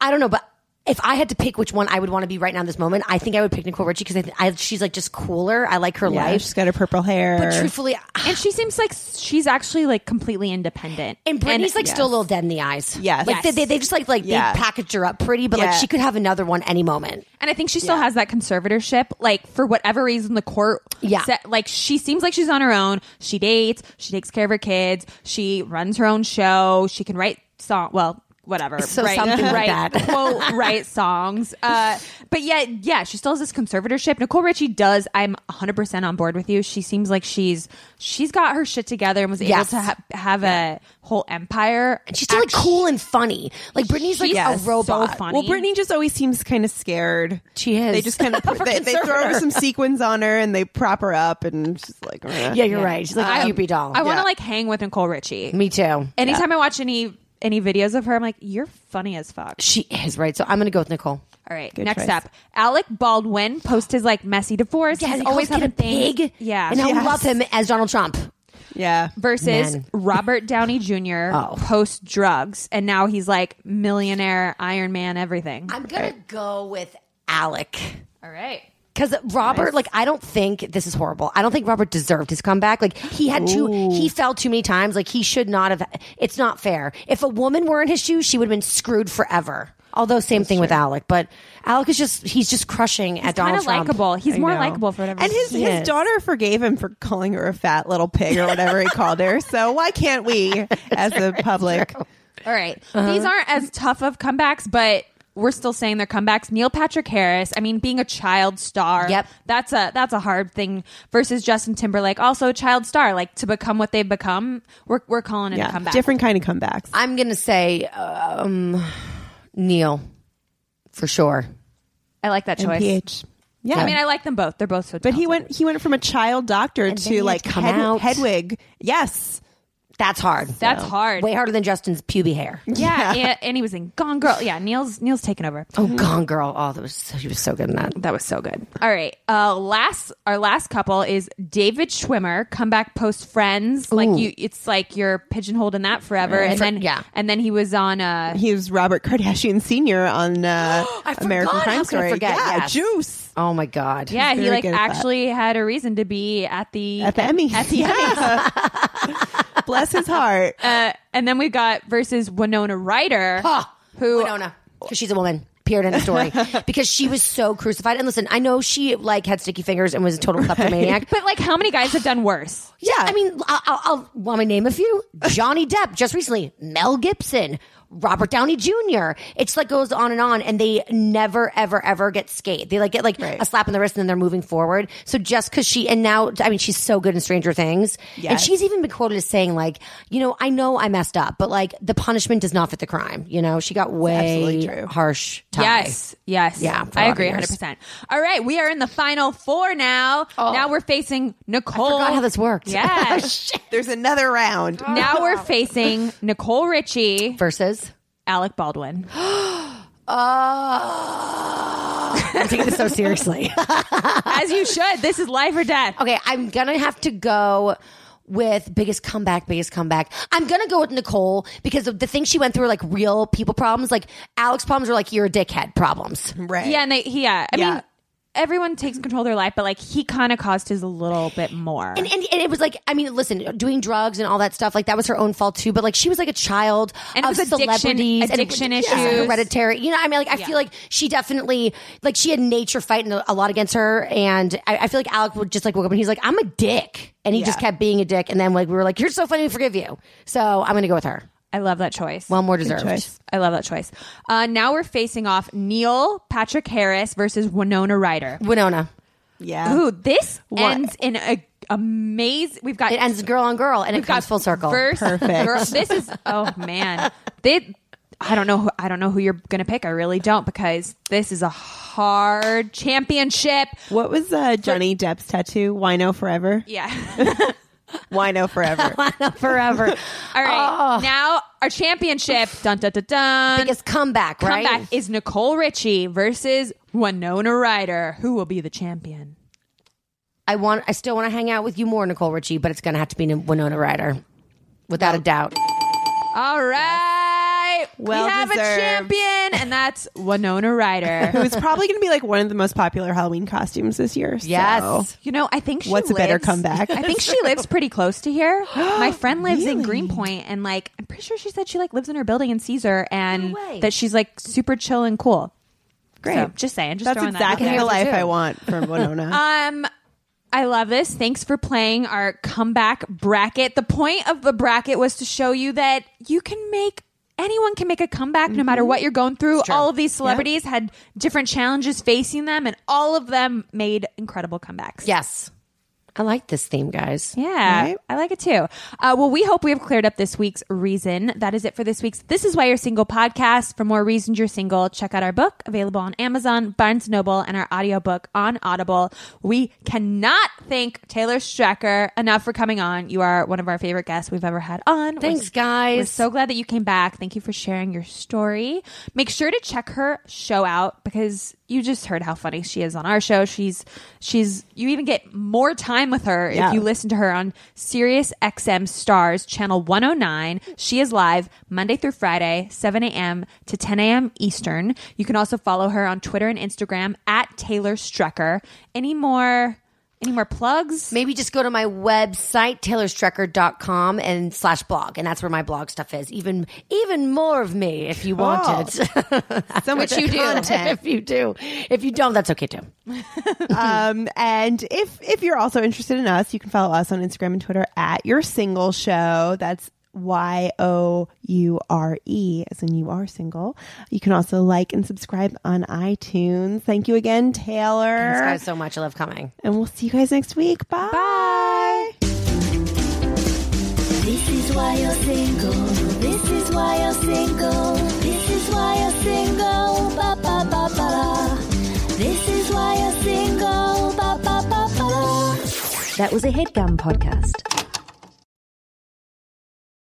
[SPEAKER 4] I don't know, but if I had to pick which one I would want to be right now in this moment, I think I would pick Nicole Richie because I, th- I she's like just cooler. I like her
[SPEAKER 3] Yeah,
[SPEAKER 4] life.
[SPEAKER 3] she's got her purple hair.
[SPEAKER 4] But truthfully,
[SPEAKER 2] and she seems like she's actually like completely independent.
[SPEAKER 4] and Britney's like still a
[SPEAKER 3] yes.
[SPEAKER 4] little dead in the eyes.
[SPEAKER 3] Yes.
[SPEAKER 4] like they-
[SPEAKER 3] Yes.
[SPEAKER 4] They, they just like like
[SPEAKER 3] Yeah.
[SPEAKER 4] they packaged her up pretty, but
[SPEAKER 3] Yeah.
[SPEAKER 4] like she could have another one any moment.
[SPEAKER 2] And I think she still has that conservatorship. Like for whatever reason, the court.
[SPEAKER 4] Yeah.
[SPEAKER 2] set- like she seems like she's on her own. She dates. She takes care of her kids. She runs her own show. She can write song. Well, whatever.
[SPEAKER 4] So
[SPEAKER 2] write,
[SPEAKER 4] something
[SPEAKER 2] [LAUGHS]
[SPEAKER 4] like
[SPEAKER 2] write,
[SPEAKER 4] that. [LAUGHS]
[SPEAKER 2] quote, write songs. Uh, but yet, yeah, she still has this conservatorship. Nicole Richie does. I'm 100 percent on board with you. She seems like she's she's got her shit together and was able
[SPEAKER 4] Yes.
[SPEAKER 2] to ha- have a whole empire.
[SPEAKER 4] And she's still like cool and funny. Like Britney's like
[SPEAKER 2] She's
[SPEAKER 4] a
[SPEAKER 2] so
[SPEAKER 4] robot.
[SPEAKER 2] funny.
[SPEAKER 3] well, Brittany just always seems kind of scared.
[SPEAKER 4] She is.
[SPEAKER 3] They just
[SPEAKER 4] [LAUGHS]
[SPEAKER 3] kind of they, they throw her some sequins on her and they prop her up and she's like, "Ugh."
[SPEAKER 4] Yeah, you're right. She's like a Cupid doll.
[SPEAKER 2] I want to
[SPEAKER 3] Yeah.
[SPEAKER 2] like hang with Nicole Richie.
[SPEAKER 4] Me too.
[SPEAKER 2] Anytime I watch any any videos of her, I'm like, you're funny as fuck.
[SPEAKER 4] She is right. So I'm gonna go with Nicole.
[SPEAKER 2] All right, next
[SPEAKER 3] choice.
[SPEAKER 2] up, Alec Baldwin post his like messy divorce.
[SPEAKER 4] Yeah,
[SPEAKER 2] He's
[SPEAKER 4] he
[SPEAKER 2] always
[SPEAKER 4] calls
[SPEAKER 2] having
[SPEAKER 4] Kid a
[SPEAKER 2] things.
[SPEAKER 4] pig.
[SPEAKER 2] Yeah,
[SPEAKER 4] and I
[SPEAKER 3] Yes.
[SPEAKER 4] love him as Donald Trump.
[SPEAKER 3] yeah.
[SPEAKER 2] versus
[SPEAKER 4] Men.
[SPEAKER 2] Robert Downey Jr.
[SPEAKER 4] [LAUGHS] Oh.
[SPEAKER 2] post drugs, and now he's like millionaire, Iron Man, everything.
[SPEAKER 4] I'm gonna go with Alec.
[SPEAKER 2] All right,
[SPEAKER 4] Because Robert, like, I don't think this is horrible. I don't think Robert deserved his comeback. Like, he had too, he fell too many times. Like, he should not have. It's not fair. If a woman were in his shoes, she would have been screwed forever. Although, same thing with Alec. But Alec is just, he's just crushing at
[SPEAKER 2] kind
[SPEAKER 4] Donald
[SPEAKER 2] of
[SPEAKER 4] Trump.
[SPEAKER 2] likable. He's more
[SPEAKER 3] know.
[SPEAKER 2] likable for whatever.
[SPEAKER 3] And his
[SPEAKER 2] reason.
[SPEAKER 3] his
[SPEAKER 4] is.
[SPEAKER 3] daughter forgave him for calling her a fat little pig or whatever he called her. So why can't
[SPEAKER 4] [LAUGHS]
[SPEAKER 3] we, as the public,
[SPEAKER 2] All right.
[SPEAKER 3] Uh-huh.
[SPEAKER 2] These aren't as tough of comebacks, but we're still saying they're comebacks. Neil Patrick Harris, I mean, being a child star,
[SPEAKER 4] Yep.
[SPEAKER 2] that's a that's a hard thing versus Justin Timberlake, also a child star. Like to become what they've become, we're we're calling it a
[SPEAKER 3] yeah,
[SPEAKER 2] comeback.
[SPEAKER 3] different kind of comebacks?
[SPEAKER 4] I'm going to say, um, Neil, for sure.
[SPEAKER 2] I like that choice.
[SPEAKER 3] MPH. Yeah,
[SPEAKER 2] I mean, I like them both. They're both so.
[SPEAKER 3] but he
[SPEAKER 2] talented.
[SPEAKER 3] went he went from a child doctor
[SPEAKER 4] then he
[SPEAKER 3] to
[SPEAKER 4] had
[SPEAKER 3] like
[SPEAKER 4] to come
[SPEAKER 3] Hed-
[SPEAKER 4] out.
[SPEAKER 3] Hedwig. Yes,
[SPEAKER 4] That's hard.
[SPEAKER 2] That's hard.
[SPEAKER 4] Way harder than Justin's puby hair.
[SPEAKER 3] [LAUGHS]
[SPEAKER 2] yeah, And, and he was in Gone Girl. Yeah, Neil's Neil's taken over.
[SPEAKER 4] Oh, Gone Girl. Oh, that was so, she was so good in that.
[SPEAKER 2] That was so good. All right. Uh last our last couple is David Schwimmer, comeback post friends. Like you it's like you're pigeonholed in that forever. And
[SPEAKER 4] For-
[SPEAKER 2] then
[SPEAKER 4] yeah.
[SPEAKER 2] and then he was on uh
[SPEAKER 3] he was Robert Kardashian Senior on uh,
[SPEAKER 4] [GASPS] I
[SPEAKER 3] American
[SPEAKER 4] forgot. How
[SPEAKER 3] Crime
[SPEAKER 4] could I
[SPEAKER 3] Story.
[SPEAKER 4] forget?
[SPEAKER 3] Yeah,
[SPEAKER 4] Yes.
[SPEAKER 3] Juice.
[SPEAKER 4] Oh my God.
[SPEAKER 2] yeah, he
[SPEAKER 3] very
[SPEAKER 2] like
[SPEAKER 3] good at that.
[SPEAKER 2] actually had a reason to be at the
[SPEAKER 3] At the Emmys.
[SPEAKER 2] At the Emmys.
[SPEAKER 3] Emmys. [LAUGHS] Bless his heart.
[SPEAKER 2] Uh, and then we got versus Winona Ryder
[SPEAKER 4] Huh.
[SPEAKER 2] who
[SPEAKER 4] Ah, Winona, because she's a woman. Period. End
[SPEAKER 2] [LAUGHS]
[SPEAKER 4] of story. because she was so crucified. And listen, I know she like had sticky fingers and was a total
[SPEAKER 2] [LAUGHS]
[SPEAKER 4] kleptomaniac.
[SPEAKER 2] But like how many guys have done worse?
[SPEAKER 4] yeah, I mean, I'll, I'll, I'll want me to name a
[SPEAKER 3] [LAUGHS]
[SPEAKER 4] few. Johnny Depp just recently, Mel Gibson, Robert Downey Jr. It's like goes on and on, and they never, ever, ever get skate. They like get like
[SPEAKER 3] Right.
[SPEAKER 4] a slap in the wrist, and then they're moving forward. So just because she and now, I mean, she's so good in Stranger Things, and
[SPEAKER 3] Yes.
[SPEAKER 4] she's even been quoted as saying like, you know, I know I messed up, but like the punishment does not fit the crime. You know, she got way
[SPEAKER 3] absolutely true.
[SPEAKER 4] harsh. Tie.
[SPEAKER 2] Yes. Yes.
[SPEAKER 4] Yeah, for a
[SPEAKER 2] I
[SPEAKER 4] lot
[SPEAKER 2] agree
[SPEAKER 4] of years.
[SPEAKER 2] 100%. All right. We are in the final four now. Now we're facing Nicole.
[SPEAKER 4] Oh. forgot how this worked. [LAUGHS]
[SPEAKER 2] Yeah.
[SPEAKER 3] There's another round.
[SPEAKER 2] now we're facing Nicole Richie,
[SPEAKER 4] Versus.
[SPEAKER 2] Alec Baldwin. [LAUGHS]
[SPEAKER 4] I'm taking this so seriously.
[SPEAKER 2] As you should. This is life or death.
[SPEAKER 4] okay, I'm gonna have to go with biggest comeback, biggest comeback. I'm gonna go with Nicole because of the things she went through are like real people problems. Like Alex problems are like you're a dickhead problems.
[SPEAKER 3] Right.
[SPEAKER 2] Yeah, and they he- yeah. I
[SPEAKER 3] Yeah.
[SPEAKER 2] mean, everyone takes control of their life, but like he kind of caused his a little bit more.
[SPEAKER 4] And, and, and it was like, I mean, listen, doing drugs and all that stuff, like that was her own fault too. But like, she was like a child
[SPEAKER 2] And it
[SPEAKER 4] of
[SPEAKER 2] was addiction-
[SPEAKER 4] celebrities,
[SPEAKER 2] addiction
[SPEAKER 4] and,
[SPEAKER 2] issues.
[SPEAKER 4] hereditary. You know, I mean, like, I feel like she definitely, like, she had nature fighting a a lot against her. And I, I feel like Alec would just like woke up and he's like, I'm a dick, and he just
[SPEAKER 3] Yeah.
[SPEAKER 4] kept being a dick. And then like we were like, you're so funny, we forgive you. So I'm gonna go with her.
[SPEAKER 2] I love that choice.
[SPEAKER 4] Well, more deserved.
[SPEAKER 3] choice.
[SPEAKER 2] I love that choice. Uh, now we're facing off Neil Patrick Harris versus Winona Ryder.
[SPEAKER 4] Winona.
[SPEAKER 3] Yeah.
[SPEAKER 2] Ooh, this
[SPEAKER 4] What?
[SPEAKER 2] ends in a amazing. We've got
[SPEAKER 4] It ends girl on girl, and it
[SPEAKER 2] We've
[SPEAKER 4] comes full circle.
[SPEAKER 2] First,
[SPEAKER 3] Perfect.
[SPEAKER 2] girl- this is oh man. They, I don't know. Who, I don't know who you're gonna pick. I really don't because this is a hard championship.
[SPEAKER 3] What was uh, Johnny Depp's tattoo? Wino forever.
[SPEAKER 2] Yeah.
[SPEAKER 3] Wino
[SPEAKER 2] [LAUGHS]
[SPEAKER 3] forever.
[SPEAKER 4] Forever.
[SPEAKER 2] All right. Now our championship. Dun dun dun dun.
[SPEAKER 4] Biggest comeback, right?
[SPEAKER 2] comeback is Nicole Richie versus Winona Ryder. Who will be the champion?
[SPEAKER 4] I want. I still want to hang out with you more, Nicole Richie, but it's going to have to be Winona Ryder, without a doubt.
[SPEAKER 2] All right.
[SPEAKER 3] Well
[SPEAKER 2] we have
[SPEAKER 3] deserved.
[SPEAKER 2] a champion, and that's [LAUGHS] Winona
[SPEAKER 3] It
[SPEAKER 2] Ryder.
[SPEAKER 3] was probably going to be like one of the most popular Halloween costumes this year. so-
[SPEAKER 4] Yes.
[SPEAKER 2] You know, I think she
[SPEAKER 3] What's a better
[SPEAKER 2] lives-
[SPEAKER 3] comeback?
[SPEAKER 2] I think she lives pretty close to [GASPS] here. My friend lives in Greenpoint, and like I'm pretty sure she said she like lives in her building in Caesar, and
[SPEAKER 4] No way.
[SPEAKER 2] that she's like super chill and cool. Great, just saying, just
[SPEAKER 3] That's
[SPEAKER 2] throwing
[SPEAKER 3] exactly
[SPEAKER 2] that out
[SPEAKER 3] the
[SPEAKER 2] there.
[SPEAKER 3] life
[SPEAKER 4] too.
[SPEAKER 3] I want
[SPEAKER 2] [LAUGHS]
[SPEAKER 3] from Winona.
[SPEAKER 2] Um, I love this. Thanks for playing our comeback bracket. The point of the bracket was to show you that you can make anyone can make a comeback no matter what you're going through. All of these celebrities had different challenges facing them, and all of them made incredible comebacks.
[SPEAKER 4] Yes. I like this theme, guys.
[SPEAKER 2] Yeah,
[SPEAKER 3] Right?
[SPEAKER 2] I like it too. Uh, well, we hope we have cleared up this week's reason. That is it for this week's This Is Why You're Single podcast. For more reasons you're single, check out our book available on Amazon, Barnes Noble, and our audiobook on Audible. We cannot thank Taylor Strecker enough for coming on. You are one of our favorite guests we've ever had on.
[SPEAKER 4] Thanks,
[SPEAKER 2] We're-
[SPEAKER 4] guys.
[SPEAKER 2] We're so glad that you came back. Thank you for sharing your story. Make sure to check her show out because you just heard how funny she is on our show. She's she's you even get more time with her
[SPEAKER 3] Yeah.
[SPEAKER 2] if you listen to her on Sirius XM Stars Channel 109. She is live Monday through Friday, 7 a.m. to 10 a.m. Eastern. You can also follow her on Twitter and Instagram at Taylor Strecker. Any more any more plugs?
[SPEAKER 4] Maybe just go to my website, taylorstrecker.com and slash blog. And that's where my blog stuff is. Even even more of me if you want it. [LAUGHS]
[SPEAKER 3] so much
[SPEAKER 4] Oh. you do.
[SPEAKER 3] content.
[SPEAKER 4] If you do. If you don't, that's okay too.
[SPEAKER 3] um, and if if you're also interested in us, you can follow us on Instagram and Twitter at your single show. That's Y O U R E, as in you are single. You can also like and subscribe on iTunes. Thank you again, Taylor.
[SPEAKER 4] Thanks guys so much. I love coming.
[SPEAKER 3] And we'll see you guys next week. Bye. Bye.
[SPEAKER 1] This is why you're single. This is why you're single. This is why [LAUGHS] you're single. Ba ba ba ba. la. This is why you're single. Ba ba ba ba. la.
[SPEAKER 5] That was a headgum podcast.